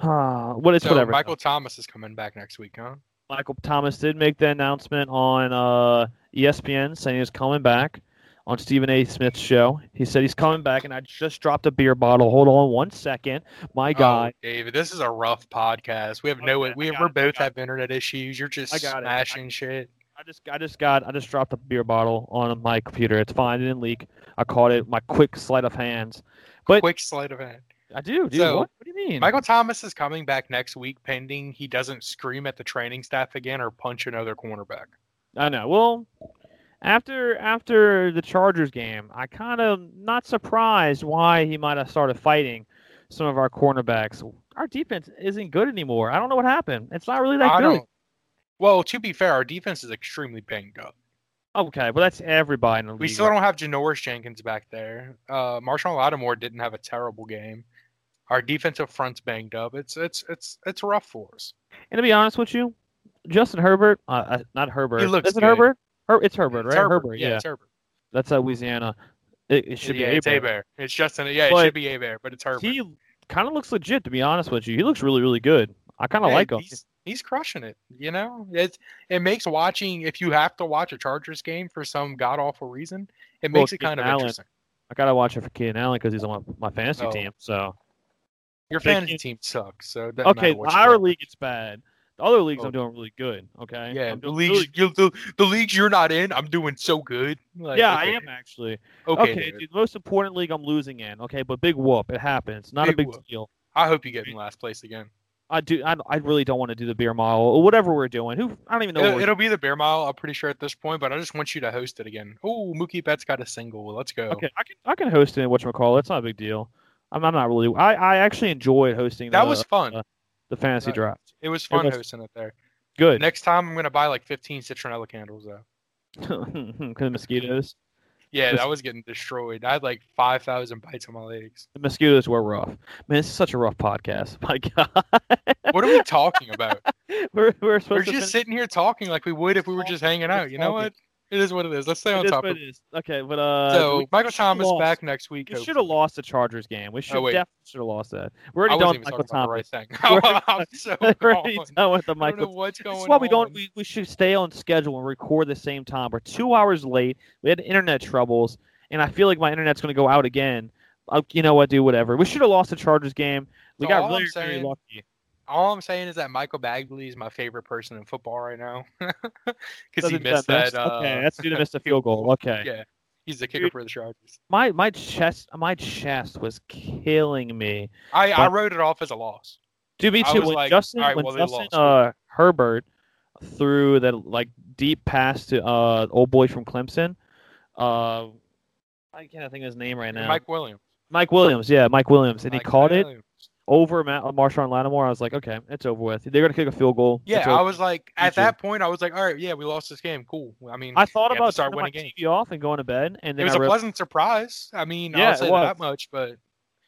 B: Ah, what it's
A: So
B: whatever.
A: Michael Thomas is coming back next week, huh?
B: Michael Thomas did make the announcement on uh, ESPN saying he was coming back on Stephen A. Smith's show. He said he's coming back, and I just dropped a beer bottle. Hold on one second. My
A: Oh,
B: guy.
A: David, this is a rough podcast. We have no,
B: Okay, I
A: we
B: got
A: we're
B: it, I
A: both
B: got
A: have internet issues. You're just
B: I got it, I-
A: smashing shit.
B: I just I just got I just dropped a beer bottle on my computer. It's fine. It didn't leak. I caught it. with My quick sleight of hands. But-
A: Quick sleight of hand.
B: I do, dude.
A: So,
B: what? what do you mean?
A: Michael Thomas is coming back next week, pending he doesn't scream at the training staff again or punch another cornerback.
B: I know. Well, after after the Chargers game, I kind of not surprised why he might have started fighting some of our cornerbacks. Our defense isn't good anymore. I don't know what happened. It's not really that
A: I
B: good.
A: don't. Well, to be fair, our defense is extremely banged up.
B: Okay, well that's everybody in the league.
A: We still don't have Janoris Jenkins back there. Uh, Marshawn Lattimore didn't have a terrible game. Our defensive front's banged up. It's it's it's it's rough for us.
B: And to be honest with you, Justin Herbert, uh, uh, not Herbert.
A: He looks
B: Is it
A: good.
B: Herbert? Her- it's Herbert,
A: It's
B: right?
A: Herbert.
B: yeah.
A: it's Herbert.
B: That's uh, Louisiana. It, it should
A: yeah,
B: be
A: it's
B: Herbert.
A: Bear. It's Justin. Yeah, it
B: But
A: should be A Bear, but it's Herbert.
B: He kind of looks legit, to be honest with you. He looks really, really good. I kind of
A: Yeah,
B: like him.
A: He's, he's crushing it. You know, it it makes watching if you have to watch a Chargers game for some god awful reason, it
B: Well,
A: makes it
B: Keenan
A: kind of
B: Allen-
A: interesting.
B: I gotta watch it for Keenan Allen because he's on my, my fantasy
A: Oh.
B: team. So
A: Your
B: They
A: fantasy
B: can't-
A: team sucks, so it doesn't
B: okay,
A: matter what you
B: our
A: do.
B: league it's bad. The other leagues
A: Oh.
B: I'm doing really good. Okay,
A: Yeah,
B: I'm
A: the
B: doing
A: leagues
B: really-
A: you, the, the leagues you're not in, I'm doing so good. Like,
B: yeah, I
A: okay,
B: am actually.
A: Okay,
B: Okay,
A: David,
B: dude, the most important league I'm losing in. Okay, but big whoop, it happens. Not a
A: Big
B: big
A: whoop.
B: deal.
A: I hope you get in last place again.
B: I do. I, I really don't want to do the beer model or whatever we're doing. Who I don't even know. what
A: it'll,
B: we're
A: it'll be the bear mile, I'm pretty sure at this point, but I just want you to host it again. Oh, Mookie Betts got a single. Let's go.
B: Okay, I can I can host it. What call? It's not a big deal. I'm, I'm not really. I, I actually enjoyed hosting.
A: That
B: the,
A: was fun.
B: uh, the fantasy
A: that-
B: draft.
A: it was fun
B: was-
A: hosting it there.
B: [laughs] Good.
A: Next time, I'm gonna buy like 15 citronella candles though.
B: Because the mosquitoes.
A: Yeah, that was getting destroyed. I had like five thousand bites on my legs.
B: The mosquitoes were rough. Man, this is such a rough podcast. [laughs] My God.
A: What are we talking
B: [laughs]
A: about?
B: we're, we're supposed
A: we're
B: to
A: just
B: finish-
A: sitting here talking like we would if we were just hanging out. You know what? It is what it is. Let's stay on
B: It is
A: top
B: what
A: of
B: it
A: it.
B: is. Okay, but uh,
A: So
B: we
A: Michael
B: should've
A: Thomas
B: lost.
A: back next week.
B: We
A: hopefully.
B: should have lost the Chargers game. We should
A: wait.
B: definitely should have lost that. We're
A: I
B: already
A: wasn't
B: done
A: even
B: with Michael
A: talking about the right
B: [laughs] Thomas.
A: thing. [laughs]
B: We're
A: I'm so
B: We're
A: gone.
B: [laughs] already done with the
A: I don't know
B: Michael.
A: what's going
B: That's why we don't.
A: on.
B: We, we should stay on schedule and record the same time. We're two hours late. We had internet troubles, and I feel like my internet's going to go out again. Uh, you know what? Do whatever. We should have lost the Chargers game. We
A: So all
B: got
A: I'm
B: really,
A: saying-
B: really lucky.
A: All I'm saying is that Michael Bagley is my favorite person in football right now [laughs] because he
B: Doesn't
A: missed
B: missed-
A: that. Uh,
B: okay, that's due
A: [laughs]
B: to miss the field goal. Okay.
A: Yeah. He's the kicker
B: Dude.
A: for the Chargers.
B: My my chest my chest was killing me.
A: I, I
B: But-
A: wrote it off as a loss.
B: Do me
A: I
B: too.
A: was
B: When
A: like,
B: Justin,
A: all right,
B: when
A: well, they
B: Justin
A: lost.
B: uh, Herbert threw that like deep pass to uh old boy from Clemson, uh, I can't think of his name right now.
A: Mike Williams.
B: Mike Williams, yeah, Mike Williams, and
A: Mike
B: he caught it
A: Williams.
B: over Ma- uh, Marshawn Lattimore. I was like, okay, it's over with. They're gonna kick a field goal. It's
A: Yeah,
B: over.
A: I was like,
B: Me
A: at
B: too.
A: that point, I was like, all right, yeah, we lost this game. Cool. I mean,
B: I thought
A: you have to
B: about
A: start
B: turning
A: winning
B: my
A: games.
B: TV off and going to bed,
A: it
B: and then
A: was
B: I,
A: a
B: real-
A: pleasant surprise. I mean,
B: Yeah,
A: I'll
B: it
A: say
B: was.
A: that much, but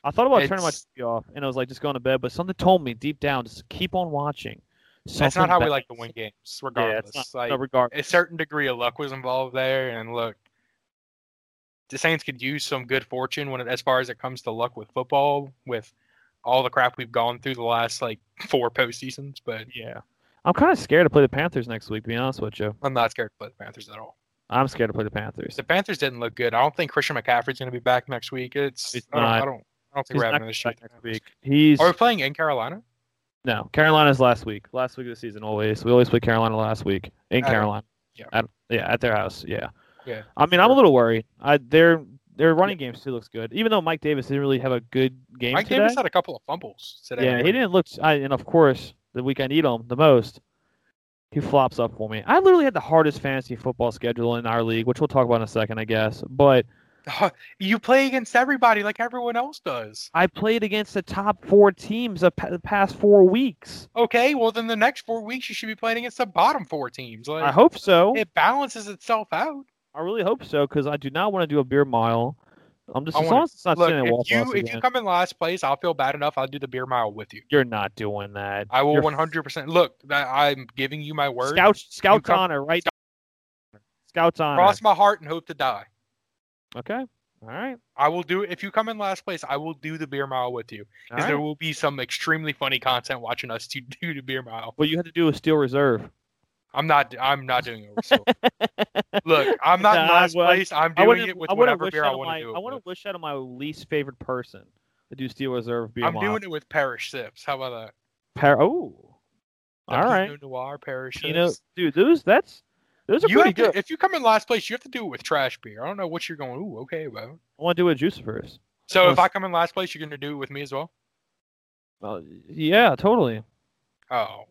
B: I thought about turning my
A: it's-
B: TV off, and I was like, just going to bed. But something told me deep down, just keep on watching.
A: that's not
B: Something
A: how
B: bad-
A: we like to win games,
B: [laughs] Yeah,
A: regardless.
B: it's not,
A: like,
B: no, regardless.
A: a certain degree of luck was involved there. And look, the Saints could use some good fortune when it, as far as it comes to luck with football, with all the crap we've gone through the last like [laughs] four postseasons. But
B: Yeah. I'm kind of scared to play the Panthers next week, to be honest with you.
A: I'm not scared to play the Panthers at all.
B: I'm scared to play the Panthers.
A: The Panthers didn't look good. I don't think Christian McCaffrey's going to be back next week. It's
B: He's
A: I don't,
B: not.
A: I don't I don't think
B: He's
A: we're
B: not
A: having
B: gonna
A: this
B: be
A: shit.
B: back next week. He's
A: Are we playing in Carolina?
B: no Carolina's last week. Last week of the season, always. We always play Carolina last week in
A: At-
B: Carolina.
A: yeah.
B: At, yeah, at their house. Yeah.
A: Yeah.
B: I mean, I'm a little worried. I their their running game still looks good, even though Mike Davis didn't really have a good game
A: Mike
B: today.
A: Davis had a couple of fumbles today.
B: yeah, he didn't look. I, and of course, the week I need him the most, he flops up for me. I literally had the hardest fantasy football schedule in our league, which we'll talk about in a second, I guess. But
A: [laughs] You play against everybody like everyone else does.
B: I played against the top four teams of pa- the past four weeks.
A: Okay, well then the next four weeks you should be playing against the bottom four teams. Like
B: I hope so.
A: it balances itself out.
B: I really hope so because I do not want to do a beer mile. I'm just
A: I
B: as
A: wanna-
B: long as it's not
A: Look,
B: sitting at
A: if you
B: Waffle House
A: if you
B: again,
A: come in last place, I'll feel bad enough. I'll do the beer mile with you.
B: You're not doing that.
A: I will
B: You're-
A: 100. percent Look, that- I'm giving you my word.
B: Scout, Scout's
A: come-
B: honor, right? Scout's honor.
A: Cross my heart and hope to die.
B: Okay. All right.
A: I will do it if you come in last place. I will do the beer mile with you
B: All
A: because
B: right.
A: there will be some extremely funny content watching us [laughs] to do the beer mile.
B: What you have to do is steal reserve.
A: I'm not. I'm not doing it. with
B: [laughs]
A: silver. Look, I'm not in
B: Nah, I
A: last
B: would-
A: place. I'm
B: I
A: doing
B: wouldn't-
A: it with
B: I wouldn't
A: whatever
B: wish
A: beer
B: that
A: I
B: on
A: want
B: my-
A: to do.
B: I
A: it
B: want
A: with.
B: to wish that on my least favorite person to do steel reserve beer
A: I'm
B: mile.
A: doing it with Parish Sips. How about that?
B: Par- oh.
A: The
B: All right.
A: Pinot Noir Parish Sips.
B: You know, dude, those that's those are
A: you
B: pretty
A: have
B: good.
A: to, if you come in last place, you have to do it with trash beer. I don't know what you're going. Ooh, okay, well.
B: I want to do a juice first.
A: So if
B: Well,
A: I come in last place, you're gonna do it with me as well.
B: Uh, yeah, totally.
A: Oh,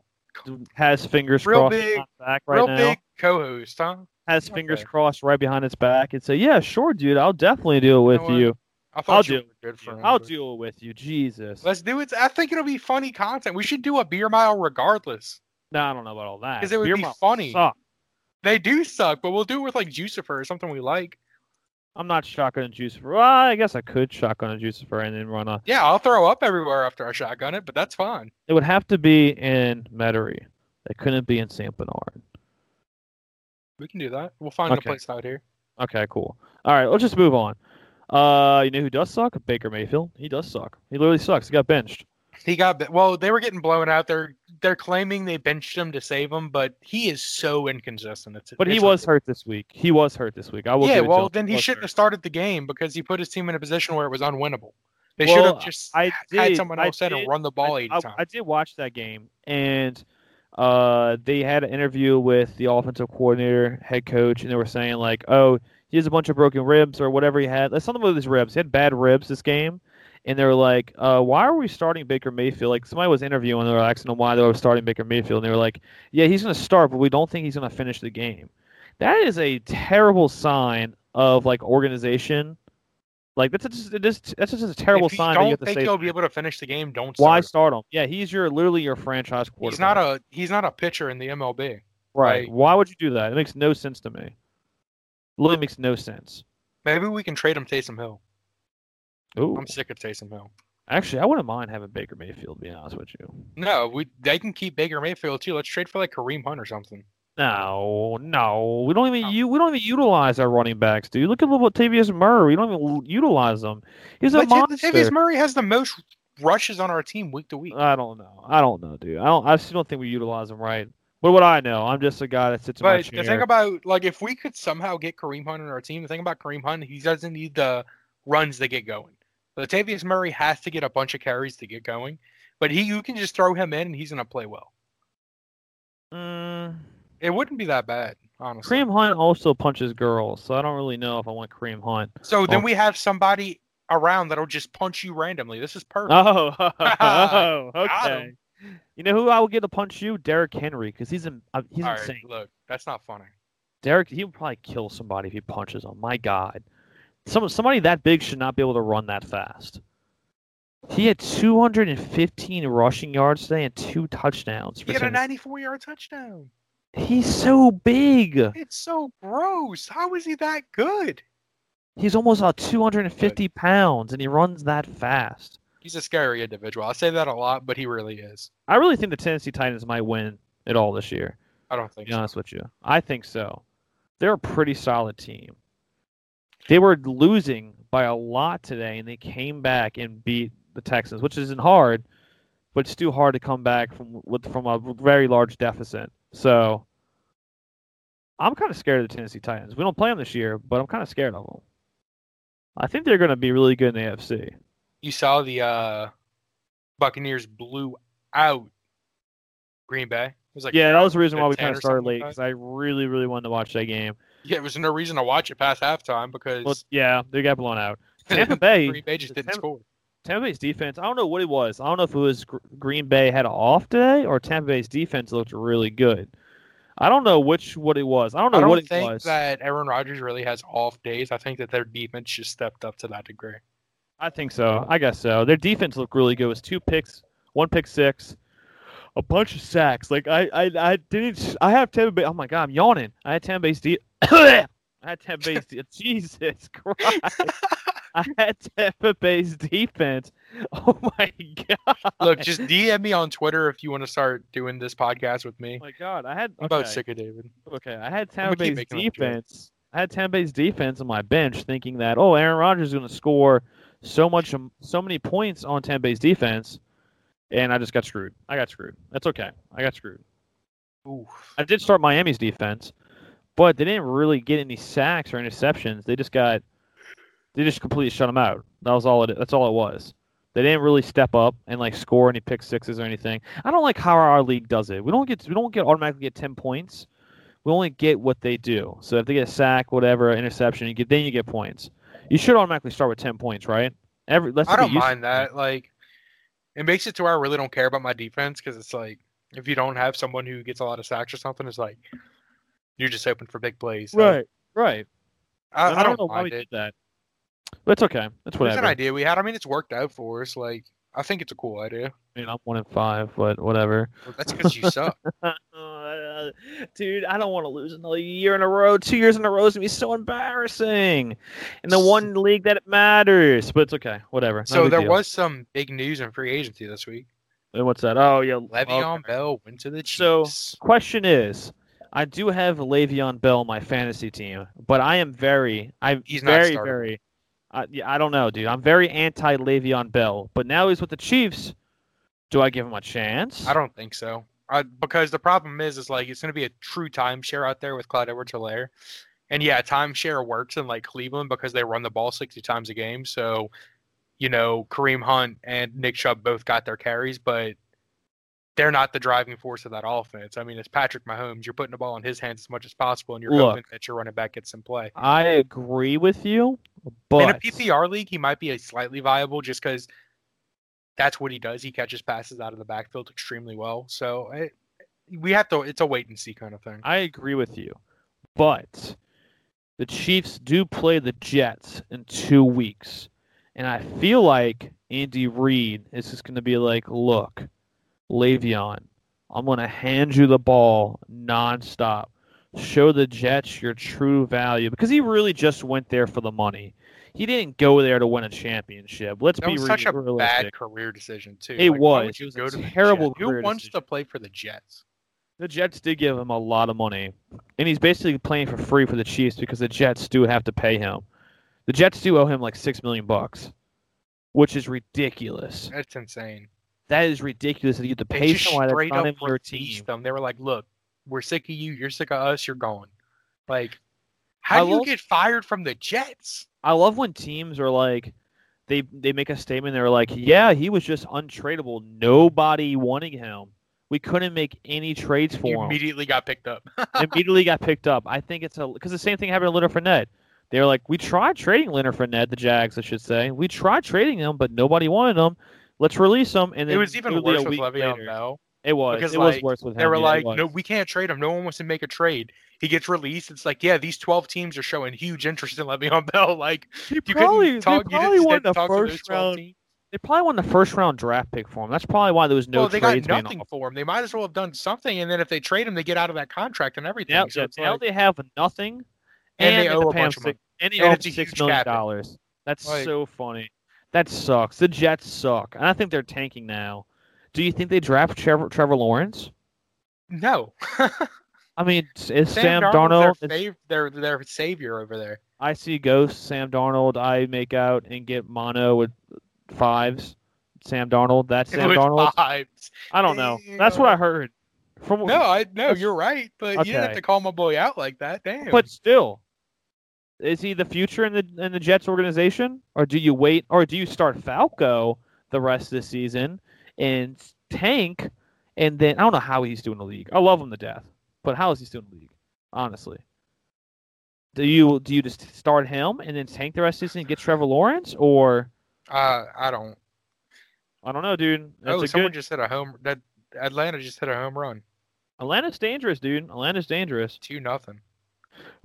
B: Has fingers
A: Real
B: crossed
A: big-
B: behind his back right
A: real
B: now.
A: big co-host, huh?
B: Has
A: okay.
B: fingers crossed right behind his back and say, "Yeah, sure, dude. I'll definitely deal with
A: know
B: you.
A: what? I thought
B: I'll
A: you
B: do
A: were good for
B: I'll
A: him.
B: deal with you." Jesus.
A: Let's do it. I think it'll be funny content. We should do a beer mile regardless.
B: no, I don't know about all that.
A: 'Cause it would
B: Beer
A: be
B: miles
A: funny.
B: suck.
A: They do suck, but we'll do it with like Jucifer or something we like.
B: I'm not shotgun a juice for. Well, I guess I could shotgun a juice for and then run a.
A: Yeah, I'll throw up everywhere after I shotgun it, but that's fine.
B: It would have to be in Metairie. It couldn't be in Saint Bernard.
A: We can do that. We'll find a
B: Okay.
A: place out here.
B: Okay, cool. All right, let's just move on. Uh, you know who does suck? Baker Mayfield. He does suck. He literally sucks. He got benched.
A: He got ben- well. They were getting blown out. They're they're claiming they benched him to save him, but he is so inconsistent. It's,
B: But he
A: it's
B: was
A: ridiculous.
B: hurt this week. He was hurt this week. I will.
A: yeah,
B: give it to
A: well
B: him.
A: then he
B: was
A: shouldn't
B: hurt.
A: have started the game because he put his team in a position where it was unwinnable. They should
B: Well,
A: have just
B: I
A: had
B: did-
A: someone
B: I
A: else in and
B: did-
A: run the ball eighty
B: I,
A: times.
B: I did watch that game, and uh, they had an interview with the offensive coordinator, head coach, and they were saying like, "Oh, he has a bunch of broken ribs or whatever he had. That's something with his ribs. He had bad ribs this game." And they were like, uh, "Why are we starting Baker Mayfield?" Like somebody was interviewing, and they were asking them why they were starting Baker Mayfield, and they were like, "Yeah, he's going to start, but we don't think he's going to finish the game." That is a terrible sign of like organization. Like that's just, that's just- that's just a terrible
A: if you
B: sign. that
A: don't
B: you have to
A: think
B: say
A: you'll be able to finish the game, don't.
B: why
A: start
B: start him? Yeah, he's your literally your franchise
A: him.
B: quarterback.
A: He's not a he's not a pitcher in the MLB.
B: right.
A: like-
B: Why would you do that? It makes no sense to me. Literally makes no sense.
A: Maybe we can trade him Taysom Hill.
B: Ooh,
A: I'm sick of Taysom Hill.
B: actually, I wouldn't mind having Baker Mayfield. To be honest with you.
A: No, we they can keep Baker Mayfield too. Let's trade for like Kareem Hunt or something.
B: No, no, we don't even
A: No.
B: u- we don't even utilize our running backs, dude. Look at Latavius Murray. We don't even l- utilize them. He's a monster.
A: Latavius Murray has the most rushes on our team week to week.
B: I don't know. I don't know, dude. I don't. I still don't think we utilize him right. What would I know? I'm just a guy that sits in my
A: But
B: chair.
A: the thing about like if we could somehow get Kareem Hunt on our team, the thing about Kareem Hunt, he doesn't need the runs to get going. Latavius Murray has to get a bunch of carries to get going, but he you can just throw him in and he's gonna play well.
B: Mm,
A: It wouldn't be that bad, honestly.
B: Kareem Hunt also punches girls, so I don't really know if I want Kareem Hunt.
A: So then
B: Oh.
A: we have somebody around that'll just punch you randomly. This is [laughs] perfect.
B: Oh, [laughs] oh,
A: Got
B: okay.
A: him.
B: You know who I would get to punch you? Derrick Henry, because he's in, uh, he's
A: All right,
B: insane.
A: look, that's not funny.
B: Derrick, he would probably kill somebody if he punches him. My God, some somebody that big should not be able to run that fast. He had 215 rushing yards today and two touchdowns. for
A: He had a
B: Tennessee.
A: 94 yard touchdown.
B: He's so big.
A: It's so gross. How is he that good?
B: He's almost uh, 250 pounds, and he runs that fast.
A: He's a scary individual. I say that a lot, but he really is.
B: I really think the Tennessee Titans might win it all this year.
A: I don't
B: To
A: think
B: be honest with you, I think so. They're a pretty solid team. They were losing by a lot today, and they came back and beat the Texans, which isn't hard, but it's too hard to come back from with from a very large deficit. So, I'm kind of scared of the Tennessee Titans. We don't play them this year, but I'm kind of scared of them. I think they're going to be really good in the AFC.
A: You saw the uh, Buccaneers blew out Green Bay. It was like
B: yeah, that was the reason why we
A: 10
B: kind of
A: or
B: started
A: something
B: late
A: like
B: because I really, really wanted to watch that game.
A: yeah, there was no reason to watch it past halftime because
B: Well, yeah, they got
A: [laughs]
B: blown out. Tampa Bay,
A: Green Bay just didn't
B: Tampa-
A: score.
B: Tampa Bay's defense. I don't know what it was. I don't know if it was Gr- Green Bay had off today or Tampa Bay's defense looked really good. I don't know which what it was. I don't know
A: I don't
B: what it
A: think
B: was.
A: that Aaron Rodgers really has off days. I think that their defense just stepped up to that degree.
B: I think so. I guess so. Their defense looked really good. It was two picks, one pick six, a bunch of sacks. Like I, I, I didn't. I have Tampa Bay. Oh my god, I'm yawning. I had Tampa Bay's de- [coughs] I had Tampa Bay's. De- [laughs] Jesus [laughs] Christ. I had Tampa Bay's defense. [laughs] Oh my god.
A: Look, just
B: [laughs]
A: DM me on Twitter if you want to start doing this podcast with me.
B: Oh my god. I had.
A: I'm about
B: okay.
A: sick of David.
B: Okay, I had
A: I'm gonna
B: Tampa
A: keep
B: Bay's
A: making that joke.
B: defense. I had Tampa Bay's defense on my bench, thinking that oh, Aaron Rodgers is going to score so much, um, so many points on Tampa Bay's defense, and I just got screwed. I got screwed. That's okay. I got screwed.
A: Oof.
B: I did start Miami's defense, but they didn't really get any sacks or interceptions. They just got, they just completely shut them out. That was all it. That's all it was. They didn't really step up and like score any pick sixes or anything. I don't like how our league does it. We don't get we don't get automatically get ten points. We only get what they do. So if they get a sack, whatever, interception, you get then you get points. You should automatically start with ten points, right? Every let's
A: I
B: get
A: don't
B: used-
A: mind that. Like, it makes it to where I really don't care about my defense because it's like if you don't have someone who gets a lot of sacks or something, it's like you're just hoping for big plays. So
B: Right, right.
A: I,
B: And
A: I don't
B: know why we
A: mind it.
B: did that. But it's okay. That's
A: It's an
B: whatever.
A: idea we had. I mean, it's worked out for us. Like, I think it's a cool idea.
B: I mean, I'm one in five, but whatever.
A: Well, That's because you
B: [laughs]
A: suck.
B: Uh, dude, I don't want to lose another year in a row. Two years in a row is gonna be so embarrassing. In the one league that it matters, but it's okay. Whatever. not a
A: so
B: big
A: there
B: deal.
A: was some big news in free agency this week.
B: And what's that? Oh yeah,
A: Le'Veon
B: okay.
A: Bell went to the
B: So-
A: Chiefs.
B: Question is, I do have Le'Veon Bell on my fantasy team, but I am very, I'm
A: He's not
B: very,
A: startable.
B: very. I, yeah, I don't know, dude. I'm very anti Le'Veon Bell, but now he's with the Chiefs. Do I give him a chance?
A: I don't think so. I, because the problem is, is like it's going to be a true timeshare out there with Clyde Edwards-Helaire, and yeah, timeshare works in like Cleveland because they run the ball sixty times a game. So, you know, Kareem Hunt and Nick Chubb both got their carries, but they're not the driving force of that offense. I mean, it's Patrick Mahomes. You're putting the ball in his hands as much as possible, and you're
B: Look.
A: hoping that your running back gets some play.
B: I agree with you, but
A: In a PPR league, he might be a slightly viable just because that's what he does. He catches passes out of the backfield extremely well. So it, we have to. It's a wait and see kind of thing.
B: I agree with you, but the Chiefs do play the Jets in two weeks, and I feel like Andy Reid is just going to be like, "Look, Le'Veon, I'm going to hand you the ball nonstop. show the Jets your true value because he really just went there for the money. He didn't go there to win a championship. Let's
A: That
B: be
A: was
B: re-
A: such a
B: realistic.
A: bad career decision too.
B: It
A: why
B: was.
A: would you
B: It
A: go
B: was
A: to the
B: terrible
A: Jets? Who
B: career
A: wants to
B: decision.
A: play for the Jets?
B: The Jets did give him a lot of money, and he's basically playing for free for the Chiefs because the Jets do have to pay him. The Jets do owe him like six million bucks, which is ridiculous.
A: That's insane.
B: That is ridiculous that you get to
A: They
B: pay
A: just
B: someone that's
A: straight
B: not
A: up
B: even your
A: released
B: team.
A: them. They were like, "Look, we're sick of you. You're sick of us. You're going." Like, how
B: I
A: do you
B: love-
A: get fired from the Jets?
B: I love when teams are like, they they make a statement. They're like, yeah, he was just untradeable. Nobody wanted him. We couldn't make any trades
A: You
B: for him.
A: immediately got picked up.
B: immediately got picked up. I think it's a because the same thing happened to Leonard Fournette. They were like, we tried trading Leonard Fournette, the Jags, I should say. We tried trading him, but nobody wanted him. Let's release him. And then
A: it was even
B: literally
A: worse
B: a
A: with
B: week
A: Le'Veon
B: later-
A: Bell.
B: It was.
A: because,
B: it was
A: like,
B: worse with him.
A: They were
B: yeah, it
A: like,
B: was.
A: "No, we can't trade him. No one wants to make a trade." He gets released. It's like, yeah, these twelve teams are showing huge interest in Le'Veon [laughs] Bell. Like,
B: He
A: you
B: probably,
A: couldn't talk.
B: they
A: You
B: probably
A: didn't
B: won
A: want
B: the
A: talk to those
B: first
A: 12
B: round.
A: teams.
B: They probably won the first round draft pick for him. That's probably why there was no
A: well, they got
B: trades being
A: nothing for him. They might as well have done something, and then if they trade him, they get out of that contract and everything.
B: Now,
A: So
B: yeah,
A: it's
B: now
A: like-
B: they have nothing,
A: And they
B: and, have
A: owe
B: to
A: a
B: pay him
A: bunch of
B: six- and they
A: And
B: owe
A: it's a
B: him six
A: huge
B: million
A: cap hit.
B: dollars. That's
A: Like-
B: so funny. That sucks. The Jets suck, and I think they're tanking now. Do you think they draft Trevor, Trevor Lawrence?
A: no,
B: I mean, it's, it's
A: Sam,
B: Sam,
A: Darnold's
B: Darnold.
A: their,
B: it's-
A: fav- their their savior over there.
B: I see ghosts. Sam Darnold. I make out and get mono with fives. Sam
A: [laughs]
B: Darnold. That's Sam
A: With
B: Darnold.
A: vibes.
B: I don't know. That's what I heard. From
A: No, I no,
B: That's-
A: you're right, but you didn't have
B: Okay.
A: to call my boy out like that. Damn.
B: But still, is he the future in the in the Jets organization, or do you wait, or do you start Falco the rest of the season and tank, and then I don't know how he's doing the league. I love him to death, but how is he doing the league? Honestly, do you do you just start him and then tank the rest of the season and get Trevor Lawrence, or
A: uh, I don't.
B: I don't know, dude. That's
A: oh,
B: a
A: someone
B: good.
A: just hit a home. That Atlanta just hit a home run.
B: Atlanta's dangerous, dude. Atlanta's dangerous.
A: Two nothing.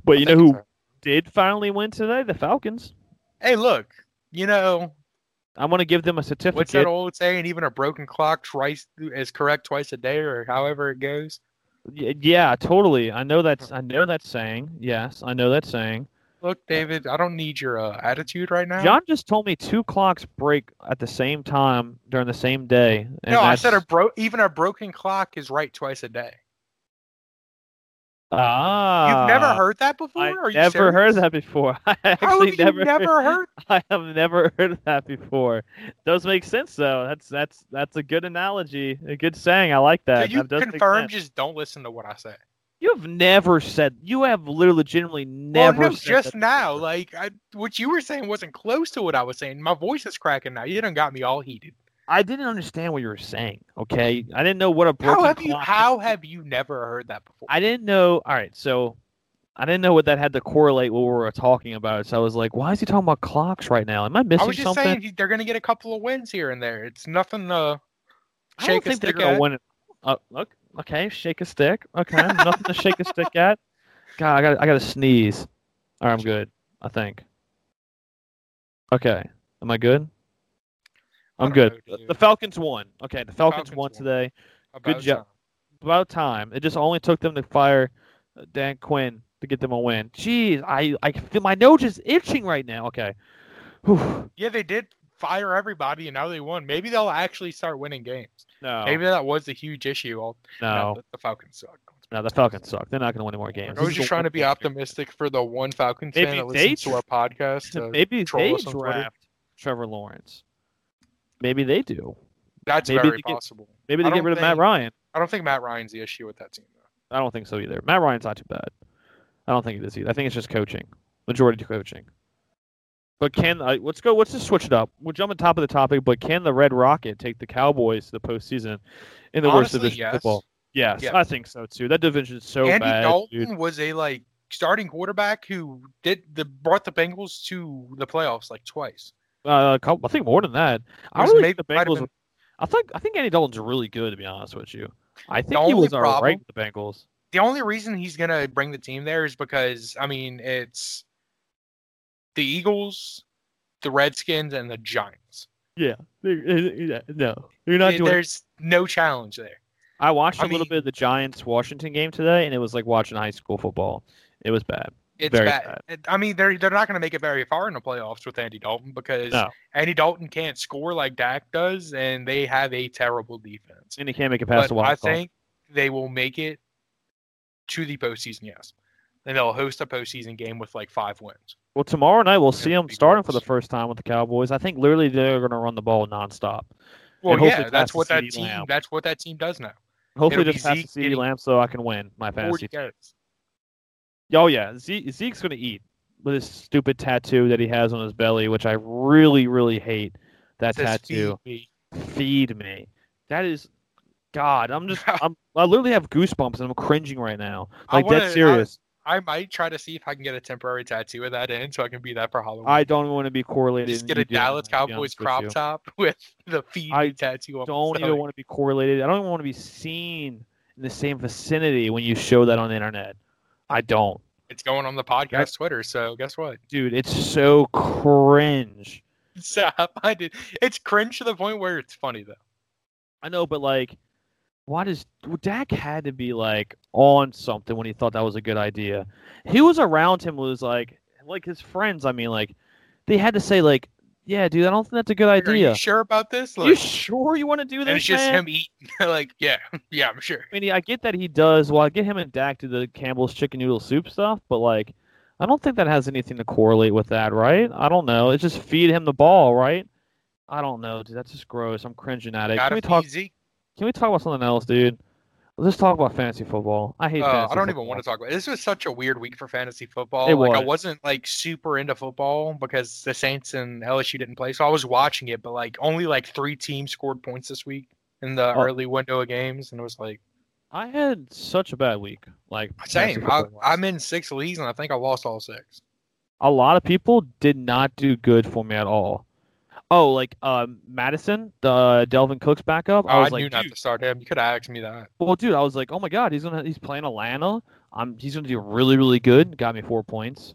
B: But
A: I
B: you know
A: think
B: who
A: so.
B: did finally win today? The Falcons.
A: Hey, look. You know
B: I'm gonna give them a certificate.
A: what's that old saying? Even a broken clock twice is correct twice a day, or however it goes.
B: Y- Yeah, totally. I know that's I know that saying. Yes, I know that saying.
A: Look, David, I don't need your uh, attitude right now.
B: John just told me two clocks break at the same time during the same day. And
A: no, I said a
B: that's-
A: bro. Even a broken clock is right twice a day.
B: ah.
A: You've never heard that before?
B: I
A: Are you
B: never
A: serious?
B: heard that [laughs] before. I
A: How
B: actually
A: have
B: never,
A: you never heard?
B: [laughs] I have never heard of that before. Does make sense though. That's that's that's a good analogy, a good saying. I like
A: So
B: that.
A: you
B: That does make
A: confirm?
B: sense.
A: Just don't listen to what I say.
B: You have never said. You have literally legitimately never.
A: well, no,
B: said
A: just
B: that
A: now,
B: before.
A: like I, what you were saying wasn't close to what I was saying. My voice is cracking now. You done got me all heated.
B: I didn't understand what you were saying. Okay, I didn't know what a broken
A: How have you?
B: clock-
A: How have you never heard that before?
B: I didn't know. All right, so I didn't know what that had to correlate what we were talking about. So I was like, why is he talking about clocks right now? Am I
A: I
B: missing
A: was just
B: something?
A: saying he- they're gonna get a couple of wins here and there. It's nothing. Uh,
B: I don't
A: shake a
B: think they're
A: stick
B: gonna
A: at.
B: win. It. Uh, look, okay, shake a stick. Okay, nothing to shake
A: [laughs]
B: a stick at. God, I got I got to sneeze. All right, I'm good. I think. Okay, am I good? I'm
A: don't
B: good.
A: know, dude.
B: the Falcons won. Okay, the Falcons,
A: Falcons
B: won
A: won.
B: today.
A: About
B: good job.
A: time.
B: about time. It just only took them to fire uh, Dan Quinn to get them a win. Jeez, I, I feel my nose is itching right now. Okay. Whew.
A: Yeah, they did fire everybody, and now they won. Maybe they'll actually start winning games.
B: No,
A: Maybe that was the huge issue. All
B: no,
A: the, the Falcons suck.
B: no. The Falcons suck. They're not going to win any more games.
A: I was
B: This
A: just
B: is
A: trying
B: the-
A: to be optimistic for the one Falcons fan
B: Maybe
A: that
B: they
A: listens to our podcast. uh, to-
B: [laughs] Maybe
A: troll
B: they
A: us on Twitter.
B: draft Trevor Lawrence. Maybe they do.
A: that's
B: maybe
A: very
B: they get-
A: possible.
B: Maybe
A: I
B: they get
A: don't
B: rid of Matt
A: think-
B: Ryan.
A: I don't think Matt Ryan's the issue with that team. Though.
B: I don't think so either. Matt Ryan's not too bad. I don't think it is either. I think it's just coaching, majority coaching. But can I, let's go. Let's just switch it up. We'll jump on top of the topic. But can the Red Rocket take the Cowboys to the postseason in the worst
A: Honestly,
B: division
A: yes.
B: of football? Yes,
A: Yes.
B: I think so too. That division's so
A: Andy
B: bad.
A: Dalton
B: dude.
A: was a like starting quarterback who did the brought the Bengals to the playoffs like twice.
B: Uh, a couple- I think more than that. I
A: Was
B: really
A: maybe-
B: think the
A: might have
B: Bengals.
A: been-
B: were- I think I think Andy Dalton's really good. To be honest with you, I think he
A: only
B: was all
A: problem-
B: right with the Bengals.
A: The only reason he's gonna bring the team there is because I mean it's the Eagles, the Redskins, and the Giants.
B: Yeah, no, you're not
A: There-
B: doing
A: There's no challenge there.
B: I watched a
A: I
B: little
A: mean-
B: bit of the Giants Washington game today, and it was like watching high school football. It was bad.
A: It's
B: Very
A: bad. I mean, they're they're not going to make it very far in the playoffs with Andy Dalton because
B: No.
A: Andy Dalton can't score like Dak does, and they have a terrible defense.
B: And he can't make it past the
A: but I
B: wild card.
A: think they will make it to the postseason. Yes, and they'll host a postseason game with like five wins.
B: Well, tomorrow night we'll see
A: Yeah,
B: him
A: big
B: starting for the
A: goals.
B: first time with the Cowboys. I think literally they're going to run the ball nonstop.
A: Well,
B: hopefully
A: yeah,
B: pass
A: that's
B: the
A: what that
B: CD
A: team.
B: Lamb.
A: That's what that team does now.
B: Hopefully,
A: It'll
B: just
A: be
B: pass
A: Zeke
B: the CD
A: getting
B: Lamb so I can win my
A: Forty
B: fantasy.
A: yards.
B: Oh yeah, Zeke, Zeke's going to eat with his stupid tattoo that he has on his belly, which I really, really hate. That
A: Says
B: tattoo.
A: feed [laughs] me.
B: Feed. me. That is, God, I'm
A: [laughs]
B: just, I'm, I literally have goosebumps and I'm cringing right now.
A: I
B: Like
A: wanna-
B: that's serious.
A: I might try to see if I can get a temporary tattoo of that in, so I can be that for Halloween.
B: I, don't want to be correlated.
A: just
B: in
A: get
B: you
A: a
B: doing
A: Dallas
B: that, to be
A: Cowboys
B: honest with
A: crop
B: you.
A: top [laughs] with the feed
B: I
A: me tattoo on. the
B: don't
A: side.
B: even want to be correlated. I don't even want to be seen in the same vicinity when you show that on the internet. I don't.
A: It's going on the podcast Twitter, so guess what? [laughs]
B: Dude, it's so cringe.
A: So [laughs] I did. It's cringe to the point where it's funny though.
B: I know, but like, why does well, Dak had to be like on something when he thought that was a good idea? He was around him was like, like his friends. I mean, like, they had to say like, yeah, dude, I don't think that's a good
A: Are
B: idea.
A: you sure about this?
B: you
A: Like,
B: sure you want to do this?
A: and it's just
B: man?
A: him eating. [laughs] like, yeah, yeah, I'm sure.
B: I mean, I get that he does. Well, I get him and Dak to the Campbell's chicken noodle soup stuff, but like, I don't think that has anything to correlate with that, right? I don't know. It's just feed him the ball, right? I don't know, dude. That's just gross. I'm cringing at it.
A: Got
B: Can we
A: to
B: talk?
A: talk? Zeke.
B: Can we talk about something else, dude? Let's talk about fantasy football. I hate.
A: Uh,
B: fantasy
A: I don't
B: football.
A: even want to talk about. It. This was such a weird week for fantasy football.
B: It
A: like I
B: was.
A: wasn't like super into football because the Saints and LSU didn't play, so I was watching it. But like only like three teams scored points this week in the
B: Oh.
A: early window of games, and it was like
B: I had such a bad week. Like fantasy
A: same. I,
B: football-wise.
A: I'm in six leagues, and I think I lost all six.
B: a lot of people did not do good for me at all. Oh, like um, Madison, the uh, Delvin Cook's backup.
A: Oh,
B: I
A: I,
B: was
A: knew
B: like,
A: not to start him. You could have asked me that.
B: Well, dude, I was like, oh my god, he's gonna he's playing Atlanta. I'm he's gonna do really really good. Got me four points.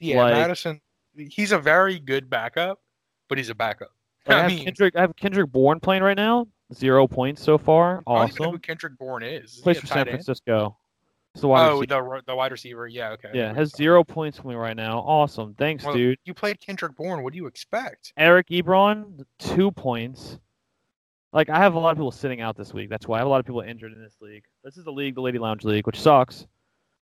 A: Yeah,
B: Like-
A: Madison. He's a very good backup, but he's a backup.
B: Like,
A: [laughs]
B: I,
A: I
B: have
A: mean,
B: Kendrick. I have Kendrick Bourne playing right now. Zero points so far.
A: I don't even know who
B: Awesome.
A: Kendrick Bourne is. is he
B: Plays
A: a
B: for
A: tight end?
B: San Francisco. He's the wide
A: Oh,
B: receiver.
A: the ro- the wide receiver. Yeah, okay.
B: yeah, has zero points for me right now. Awesome. Thanks,
A: Well-
B: dude.
A: You played Kendrick Bourne. What do you expect?
B: Eric Ebron, two points. Like I have a lot of people sitting out this week. That's why I have a lot of people injured in this league. This is the league, the Lady Lounge League, which sucks.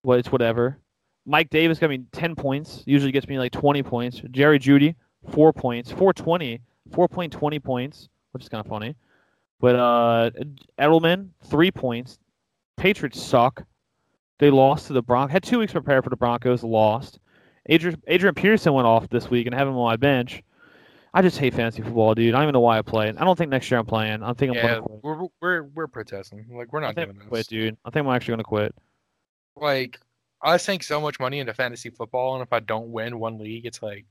B: Well, it's whatever. Mike Davis got me ten points. Usually gets me like twenty points. Jerry Judy, four points, 420, 4.20 points, which is kind of funny. But uh, Edelman, three points. Patriots suck. They lost to the Broncos. Had two weeks to prepare for the Broncos. Lost. Adrian, Adrian Peterson went off this week and have him on my bench. I just hate fantasy football, dude. I don't even know why I play it. I don't think next year I'm playing. I think I'm
A: yeah,
B: gonna quit.
A: we're, we're we're protesting. Like we're
B: I
A: not
B: think I'm
A: doing
B: gonna
A: this.
B: quit, dude. I think I'm actually gonna quit.
A: Like I sank so much money into fantasy football, and if I don't win one league, it's like,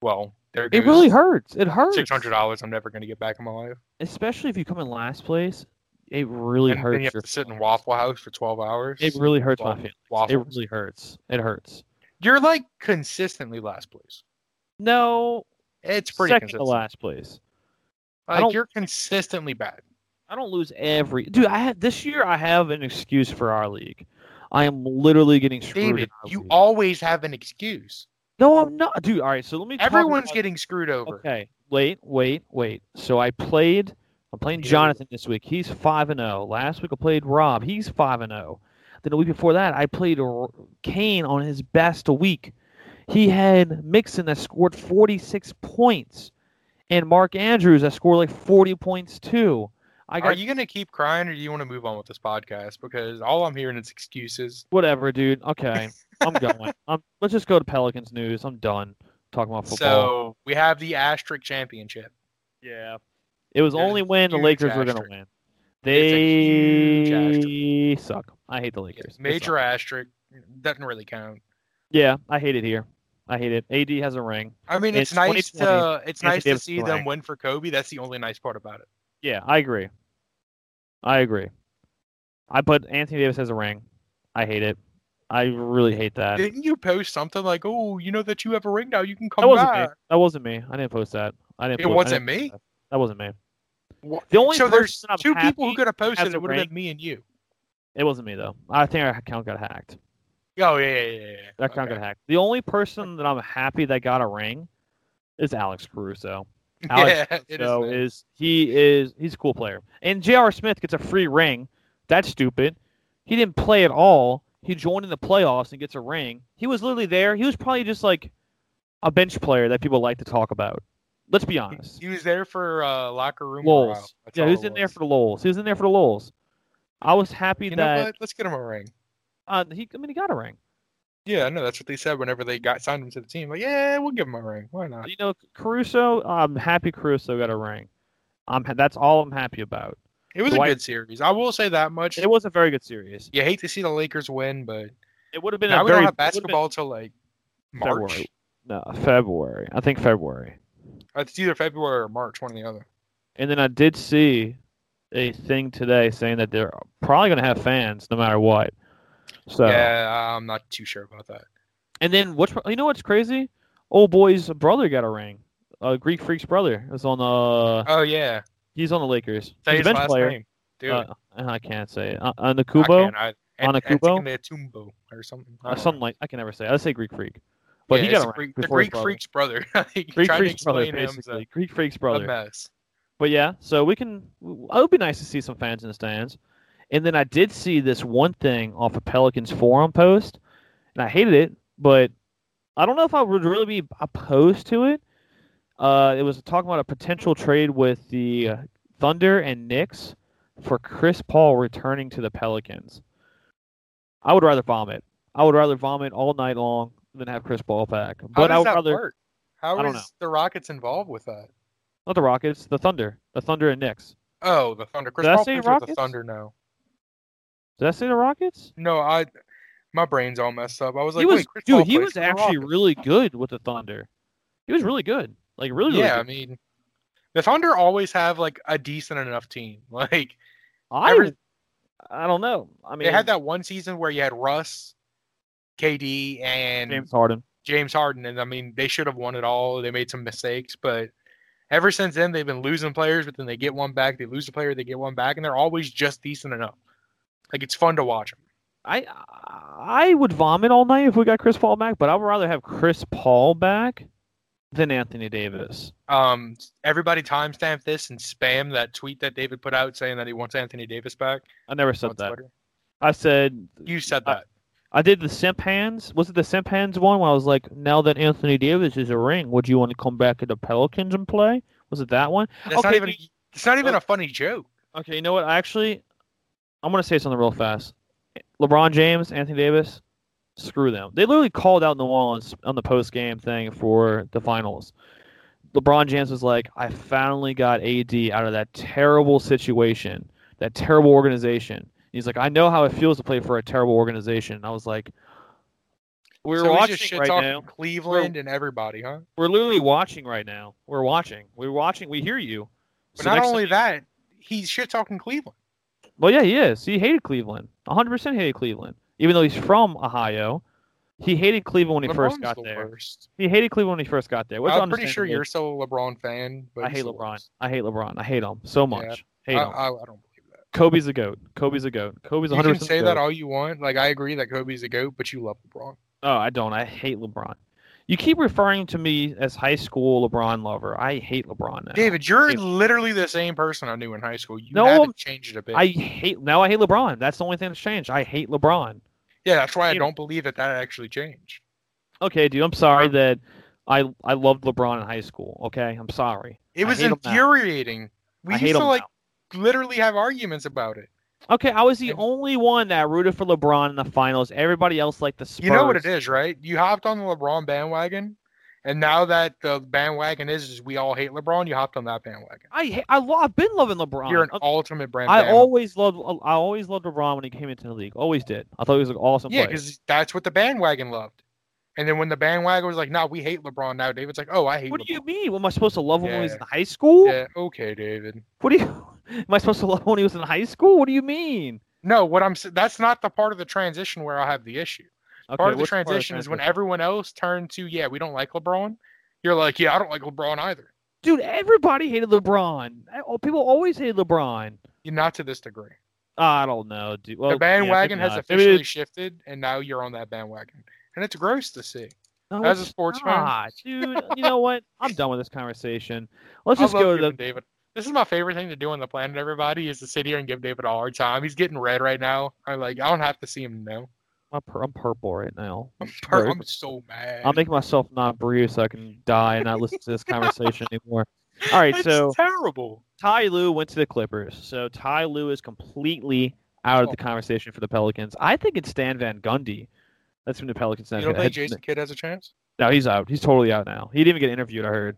A: well, there goes
B: It really hurts. It hurts.
A: six hundred dollars. I'm never going to get back in my life.
B: especially if you come in last place. It really
A: And
B: hurts.
A: then you
B: your-
A: have to sit in Waffle House for twelve hours.
B: it really hurts my
A: Waffle-
B: feelings. It
A: Waffles.
B: really hurts. It hurts.
A: You're like consistently last place.
B: No,
A: It's pretty
B: second to
A: consistent.
B: last place. I
A: Like
B: don't-
A: you're consistently bad.
B: I don't lose every dude. I had this year. I have an excuse for our league. I am literally getting screwed.
A: David,
B: in our
A: you
B: league.
A: always have an excuse.
B: no, I'm not, dude. All right, so let me. talk
A: Everyone's
B: about-
A: getting screwed over.
B: Okay, wait, wait, wait. So I played. I'm playing
A: Yeah.
B: Jonathan this week. He's five and zero. Last week I played Rob. He's five and zero. Then the week before that I played R- Kane on his best week. He had Mixon that scored 46 points, and Mark Andrews that scored like 40 points too. I
A: Are
B: got
A: you going to keep crying, or do you want to move on with this podcast? Because all I'm hearing is excuses.
B: [laughs] whatever, dude. Okay, I'm going. I'm, let's just go to Pelicans news. I'm done talking about football.
A: [laughs] So we have the asterisk championship.
B: Yeah. It was
A: There's
B: only
A: a
B: when the
A: huge
B: Lakers were going to
A: asterisk.
B: win.
A: It's a
B: They suck. I hate the Lakers. They
A: Major
B: suck.
A: asterisk doesn't really count.
B: Yeah, I hate it here. I hate it. AD has a ring.
A: I mean,
B: And
A: it's,
B: it's
A: nice
B: 2020.
A: to it's
B: Anthony
A: nice to
B: Davis
A: see
B: is
A: them
B: playing.
A: win for Kobe. That's the only nice part about it.
B: Yeah, I agree. I agree. I put Anthony Davis has a ring. I hate it. I really hate that.
A: Didn't you post something like, "Oh, you know that you have a ring now. You can
B: That
A: come
B: wasn't me.
A: back."
B: That wasn't me. I didn't post that. I didn't.
A: It
B: po- I
A: wasn't
B: didn't post
A: me?
B: That. That wasn't me.
A: Wha-
B: The only
A: so there's
B: person I'm
A: two
B: happy-
A: people who could have posted
B: as
A: it.
B: a
A: It would have
B: rank-
A: been me and you.
B: It wasn't me though. I think our account got hacked.
A: Oh yeah, yeah, yeah. yeah.
B: That account
A: Okay.
B: got hacked. The only person that I'm happy that got a ring is Alex
A: [laughs]
B: Caruso. Alex
A: Yeah, it is
B: Caruso
A: me.
B: is, he is he's a cool player. And J.R. Smith gets a free ring. That's stupid. He didn't play at all. He joined in the playoffs and gets a ring. He was literally there. He was probably just like a bench player that people like to talk about. Let's be honest.
A: He was there for uh, locker room.
B: Lowell's.
A: morale. That's
B: Yeah,
A: all
B: he was
A: it
B: in there for the Lowells. He was in there for the Lowells. I was happy
A: You know
B: that
A: what? Let's get him a ring.
B: uh, he. I mean, he got a ring.
A: Yeah, I know that's what they said whenever they got signed him to the team. Like, yeah, we'll give him a ring. Why not?
B: You know, Caruso. I'm happy Caruso got a ring. I'm. ha- That's all I'm happy about.
A: It was
B: Dwight-
A: a good series. I will say that much.
B: It was a very good series.
A: you hate to see the Lakers win, but
B: It would have been
A: now
B: a
A: we don't
B: very
A: have
B: it would've been
A: basketball till like March. Uh,
B: February. No, February. I think February.
A: It's either February or March, one or the other.
B: And then I did see a thing today saying that they're probably going to have fans no matter what. So
A: Yeah, I'm not too sure about that.
B: And then what's you know what's crazy? Old boy's brother got a ring. Uh, Greek Freak's brother is on the.
A: Oh yeah,
B: He's on the Lakers.
A: say
B: he's a
A: his
B: bench
A: last
B: player.
A: name, dude.
B: Uh, I can't say it. Uh, on the
A: I
B: Kubo,
A: can't, I,
B: On a Kubo?
A: Tumbo or something. I
B: uh,
A: don't
B: something
A: know.
B: like I can never say. I say Greek Freak, but
A: Yeah,
B: he
A: it's the
B: got a ring
A: Greek, the
B: before his
A: Greek
B: brother.
A: freak's brother. [laughs] Like, trying
B: Greek
A: to
B: Freak's brother,
A: explain him's
B: basically. Greek Freak's
A: a,
B: brother.
A: a mess.
B: But yeah, so we can. It would be nice to see some fans in the stands. And then I did see this one thing off a Pelicans forum post, and I hated it, but I don't know if I would really be opposed to it. Uh, it was talking about a potential trade with the uh, Thunder and Knicks for Chris Paul returning to the Pelicans. I would rather vomit. I would rather vomit all night long than have Chris Paul back.
A: How
B: But
A: does
B: I would
A: that
B: rather
A: work? How
B: I don't
A: is the Rockets involved with that?
B: not the Rockets, the Thunder, the Thunder and Knicks.
A: Oh, the Thunder. Chris
B: Did I
A: Paul
B: say
A: plays with the
B: Rockets?
A: Thunder now.
B: Did I say the Rockets?
A: No, I. My brain's all messed up. I was like,
B: he was
A: wait, Chris Paul
B: dude. He
A: plays
B: was
A: for the
B: actually
A: Rockets.
B: really good with the Thunder. He was really good. Like really,
A: yeah, I
B: really good.
A: mean, the Thunder always have like a decent enough team. [laughs] Like
B: I,
A: every-
B: I don't know. I mean,
A: they had that one season where you had Russ, KD, and
B: James
A: James,
B: Harden.
A: Harden, and I mean, they should have won it all. They made some mistakes, but ever since then, they've been losing players. But then they get one back, they lose a player, they get one back, and they're always just decent enough. Like it's fun to watch them.
B: I I would vomit all night if we got Chris Paul back, but I would rather have Chris Paul back than Anthony Davis.
A: um everybody timestamp this and spam that tweet that David put out saying that he wants Anthony Davis back
B: I never said
A: on
B: that.
A: Twitter.
B: I said
A: You said
B: I-
A: that.
B: I did the simp hands. Was it the simp hands one where I was like, now that Anthony Davis is a ring, would you want to come back to the Pelicans and play? Was it that one?
A: That's not
B: okay,
A: even it's not even a funny joke.
B: Okay, you know what? I Actually, I'm gonna say something real fast. LeBron James, Anthony Davis, screw them. They literally called out New Orleans on the post game thing for the finals. LeBron James was like, "I finally got AD out of that terrible situation, that terrible organization." He's like, "I know how it feels to play for a terrible organization." And I was like, "We're
A: So we
B: watching
A: just shit
B: right
A: talking
B: now.
A: Cleveland and everybody, huh?
B: We're literally watching right now. We're watching. We're watching. We hear you."
A: But
B: So
A: not
B: next
A: only
B: time-
A: that, he's shit talking Cleveland.
B: Well, yeah, he is. He hated Cleveland. 100% hated Cleveland. Even though he's from Ohio, he hated Cleveland when he first
A: LeBron's
B: got
A: the
B: there.
A: worst.
B: He hated Cleveland when he first got there. Which
A: I'm pretty sure
B: understandable.
A: you're still a LeBron fan, but
B: I
A: he's
B: hate
A: the
B: LeBron.
A: worst.
B: I hate LeBron. I hate him so much.
A: I,
B: Hate him.
A: I, I don't believe that.
B: Kobe's a goat. Kobe's a goat. Kobe's 100.
A: You can say that all you want. Like I agree that Kobe's a goat, but you love LeBron.
B: Oh, I don't. I hate LeBron. You keep referring to me as high school LeBron lover. I hate LeBron now.
A: David, you're
B: David.
A: literally the same person I knew in high school. You
B: No,
A: haven't changed a bit.
B: I hate now. I hate LeBron. That's the only thing that's changed. I hate LeBron.
A: yeah, that's why I
B: David.
A: don't believe that that actually changed.
B: Okay, dude. I'm sorry that I I loved LeBron in high school. Okay, I'm sorry.
A: It
B: I
A: was
B: hate 'em now.
A: infuriating. We
B: I hate
A: used to
B: him
A: like
B: now.
A: literally have arguments about it.
B: Okay, I was the
A: And-
B: only one that rooted for LeBron in the finals. Everybody else liked the Spurs.
A: You know what it is, right? You hopped on the LeBron bandwagon, and now that the bandwagon is, is we all hate LeBron, you hopped on that bandwagon.
B: I ha- I lo- I've been loving LeBron.
A: You're an
B: I-
A: ultimate brand.
B: I
A: bandwagon.
B: always loved I always loved LeBron when he came into the league. Always did. I thought he was an awesome
A: yeah,
B: player.
A: because that's what the bandwagon loved. And then when the bandwagon was like, "Nah, we hate LeBron now," David's like, "Oh, I hate
B: What
A: LeBron."
B: do you mean? What, am I supposed to love him when he was
A: Yeah.
B: in high school?
A: Yeah, okay, David.
B: What do you? [laughs] Am I supposed to love him when he was in high school? What do you mean?
A: No, what I'm s- that's not the part of the transition where I have the issue.
B: Okay,
A: part of the
B: what's
A: transition is when
B: transition?
A: everyone else turned to, "Yeah, we don't like LeBron." You're like, "Yeah, I don't like LeBron either."
B: Dude, everybody hated LeBron. Oh, People always hated LeBron.
A: Not to this degree.
B: I don't know, dude. Well,
A: the bandwagon
B: yeah, maybe
A: has
B: not. I mean,
A: officially shifted, and now you're on that bandwagon, and it's gross to see.
B: no,
A: as a
B: Oh, it's
A: sports fan.
B: not, dude. You know what? I'm done with this conversation. Let's
A: I
B: just
A: love
B: go to
A: giving
B: the.
A: David. This is my favorite thing to do on the planet. Everybody is to sit here and give David a hard time. He's getting red right now. I like. I don't have to see him now.
B: I'm, pur- I'm purple right now.
A: I'm,
B: Or-
A: I'm so mad.
B: I'll make myself not breathe so I can die and not listen to this
A: [laughs]
B: conversation anymore. All right,
A: It's
B: so
A: terrible.
B: Ty Lue went to the Clippers. So Ty Lue is completely out of
A: Oh.
B: the conversation for the Pelicans. I think it's Stan Van Gundy. That's from the Pelicans.
A: You
B: now.
A: don't think
B: Head-
A: Jason Kidd has a chance?
B: No, he's out. He's totally out now. He didn't even get interviewed. I heard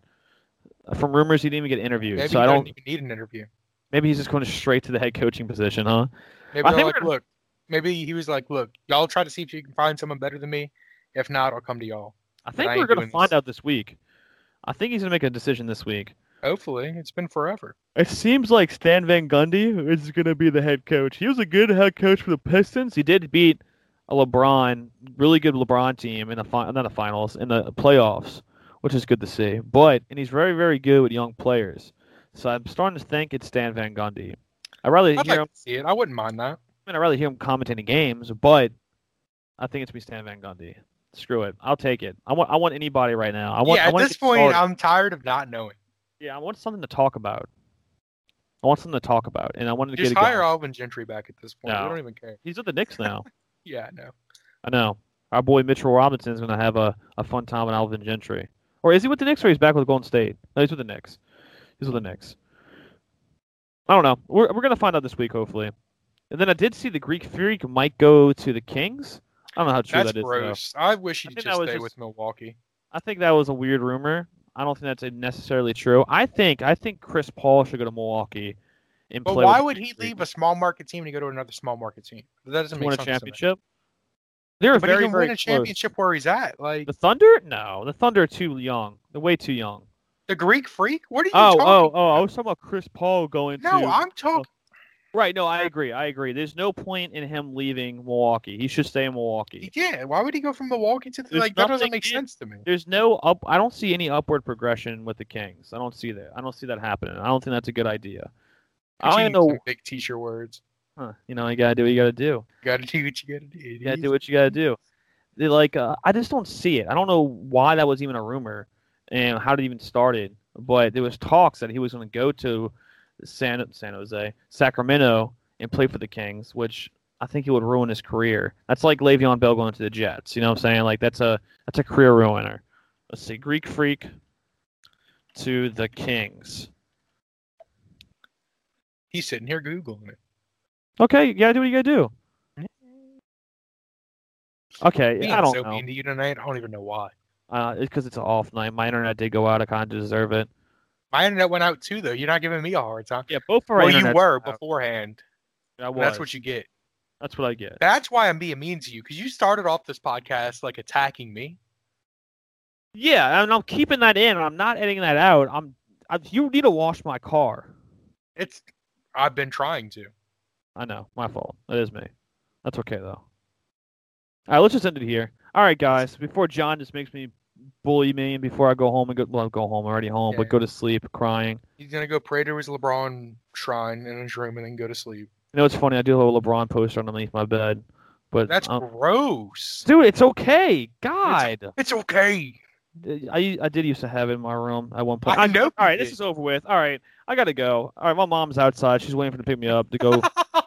B: from rumors he didn't even get interviewed.
A: Maybe
B: so
A: he
B: I don't.
A: doesn't even need an interview.
B: Maybe he's just going straight to the head coaching position, huh?
A: Maybe
B: I
A: they're
B: think we're
A: like,
B: gonna-
A: look. Maybe he was like, look, y'all try to see if you can find someone better than me. If not, I'll come to y'all.
B: I
A: I
B: think
A: ain't
B: we're going
A: doing
B: to find
A: this.
B: out this week. I think he's going to make a decision this week.
A: Hopefully, it's been forever.
B: It seems like Stan Van Gundy is going to be the head coach. He was a good head coach for the Pistons. He did beat a LeBron, really good LeBron team in the fi- not the finals in the playoffs, which is good to see. But and he's very very good with young players. So I'm starting to think it's Stan Van Gundy. I rather
A: I'd
B: hear
A: like to see it. I wouldn't mind that.
B: I mean, I'd rather hear him commentating games, but I think it's be Stan Van Gundy. Screw it. I'll take it. I want I want anybody right now. I want
A: yeah,
B: I
A: at
B: want to
A: this
B: get
A: point,
B: started.
A: I'm tired of not knowing.
B: yeah, I want something to talk about. I want something to talk about, and I wanted to
A: Just
B: get a guy.
A: hire Alvin Gentry back at this point.
B: No.
A: We don't even care.
B: He's at the Knicks now.
A: Yeah, no.
B: I know. Our boy Mitchell Robinson's going to have a, a fun time with Alvin Gentry. Or is he with the Knicks or he's back with Golden State? No, he's with the Knicks. He's with the Knicks. I don't know. We're, we're going to find out this week, hopefully. And then I did see the Greek Freak might go to the Kings. I don't know how true
A: That's
B: that is. though.
A: gross. I wish he'd
B: I
A: just
B: think that was
A: stay
B: just-
A: with Milwaukee.
B: I think that was a weird rumor. I don't think that's necessarily true. I think I think Chris Paul should go to Milwaukee and
A: But
B: play.
A: why
B: with
A: would
B: the
A: he
B: Greek Freak.
A: leave a small market team to go to another small market team? That doesn't make
B: win a
A: sense. to me.
B: championship? They're
A: But
B: very
A: he can
B: very
A: win a
B: close.
A: championship where he's at. Like
B: The Thunder? No, the Thunder are too young. They're way too young.
A: the Greek freak? What are you
B: Oh, oh,
A: talking?
B: oh! I was talking about Chris Paul going
A: no,
B: to.
A: I'm talking.
B: Right? No, I agree. I agree. There's no point in him leaving Milwaukee. He should stay in Milwaukee.
A: Yeah, why would he go from Milwaukee to the,
B: There's
A: like? That doesn't
B: nothing
A: make
B: in-
A: sense to me.
B: There's no up. I don't see any upward progression with the Kings. I don't see that. I don't see that happening. I don't think that's a good idea. I don't even
A: Continue
B: know.
A: some Big teacher words.
B: Huh, you know, you gotta do what you gotta do.
A: You gotta do what you gotta do.
B: You gotta do what you gotta do. They like, uh, I just don't see it. I don't know why that was even a rumor and how it even started. But there was talks that he was going to go to San San Jose, Sacramento, and play for the Kings, which I think it would ruin his career. That's like Le'Veon Bell going to the Jets. You know what I'm saying? Like that's a that's a career ruiner. Let's see, Greek Freak to the Kings.
A: He's sitting here googling it.
B: Okay, you gotta do what you gotta do. Okay,
A: Being
B: I don't
A: so
B: know.
A: mean to you tonight. I don't even know why.
B: Uh, it's because it's an off night. My internet did go out. I kind of deserve it.
A: My internet went out too, though. You're not giving me a hard time.
B: Yeah, both our
A: well, you
B: internets
A: were
B: went out.
A: beforehand.
B: I
A: and
B: was.
A: That's what you get.
B: That's what I get.
A: That's why I'm being mean to you because you started off this podcast like attacking me.
B: Yeah, and I'm keeping that in. I'm not editing that out. I'm. I, you need to wash my car.
A: It's I've been trying to.
B: I know, my fault. That is me. That's okay though. All right, let's just end it here. All right, guys. Before John just makes me bully me, and before I go home and go, well, go home. I'm already home,
A: Yeah.
B: but go to sleep crying.
A: He's gonna go pray to his LeBron shrine in his room and then go to sleep.
B: You know, it's funny. I do have a LeBron poster underneath my bed, but
A: That's
B: um,
A: gross.
B: dude, it's okay. God.
A: It's okay.
B: I, I did used to have it in my room at one point.
A: I know you
B: All right, this
A: did.
B: is over with. All right, I gotta go. All right, my mom's outside. She's waiting for to pick me up
A: [laughs]
B: to go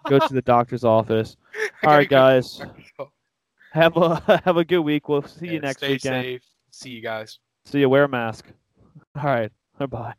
B: go to the doctor's office. All right, guys, have a [laughs] have a good week. We'll see you next
A: stay
B: weekend.
A: Safe. See you guys.
B: See you. Wear a mask. All right. Bye.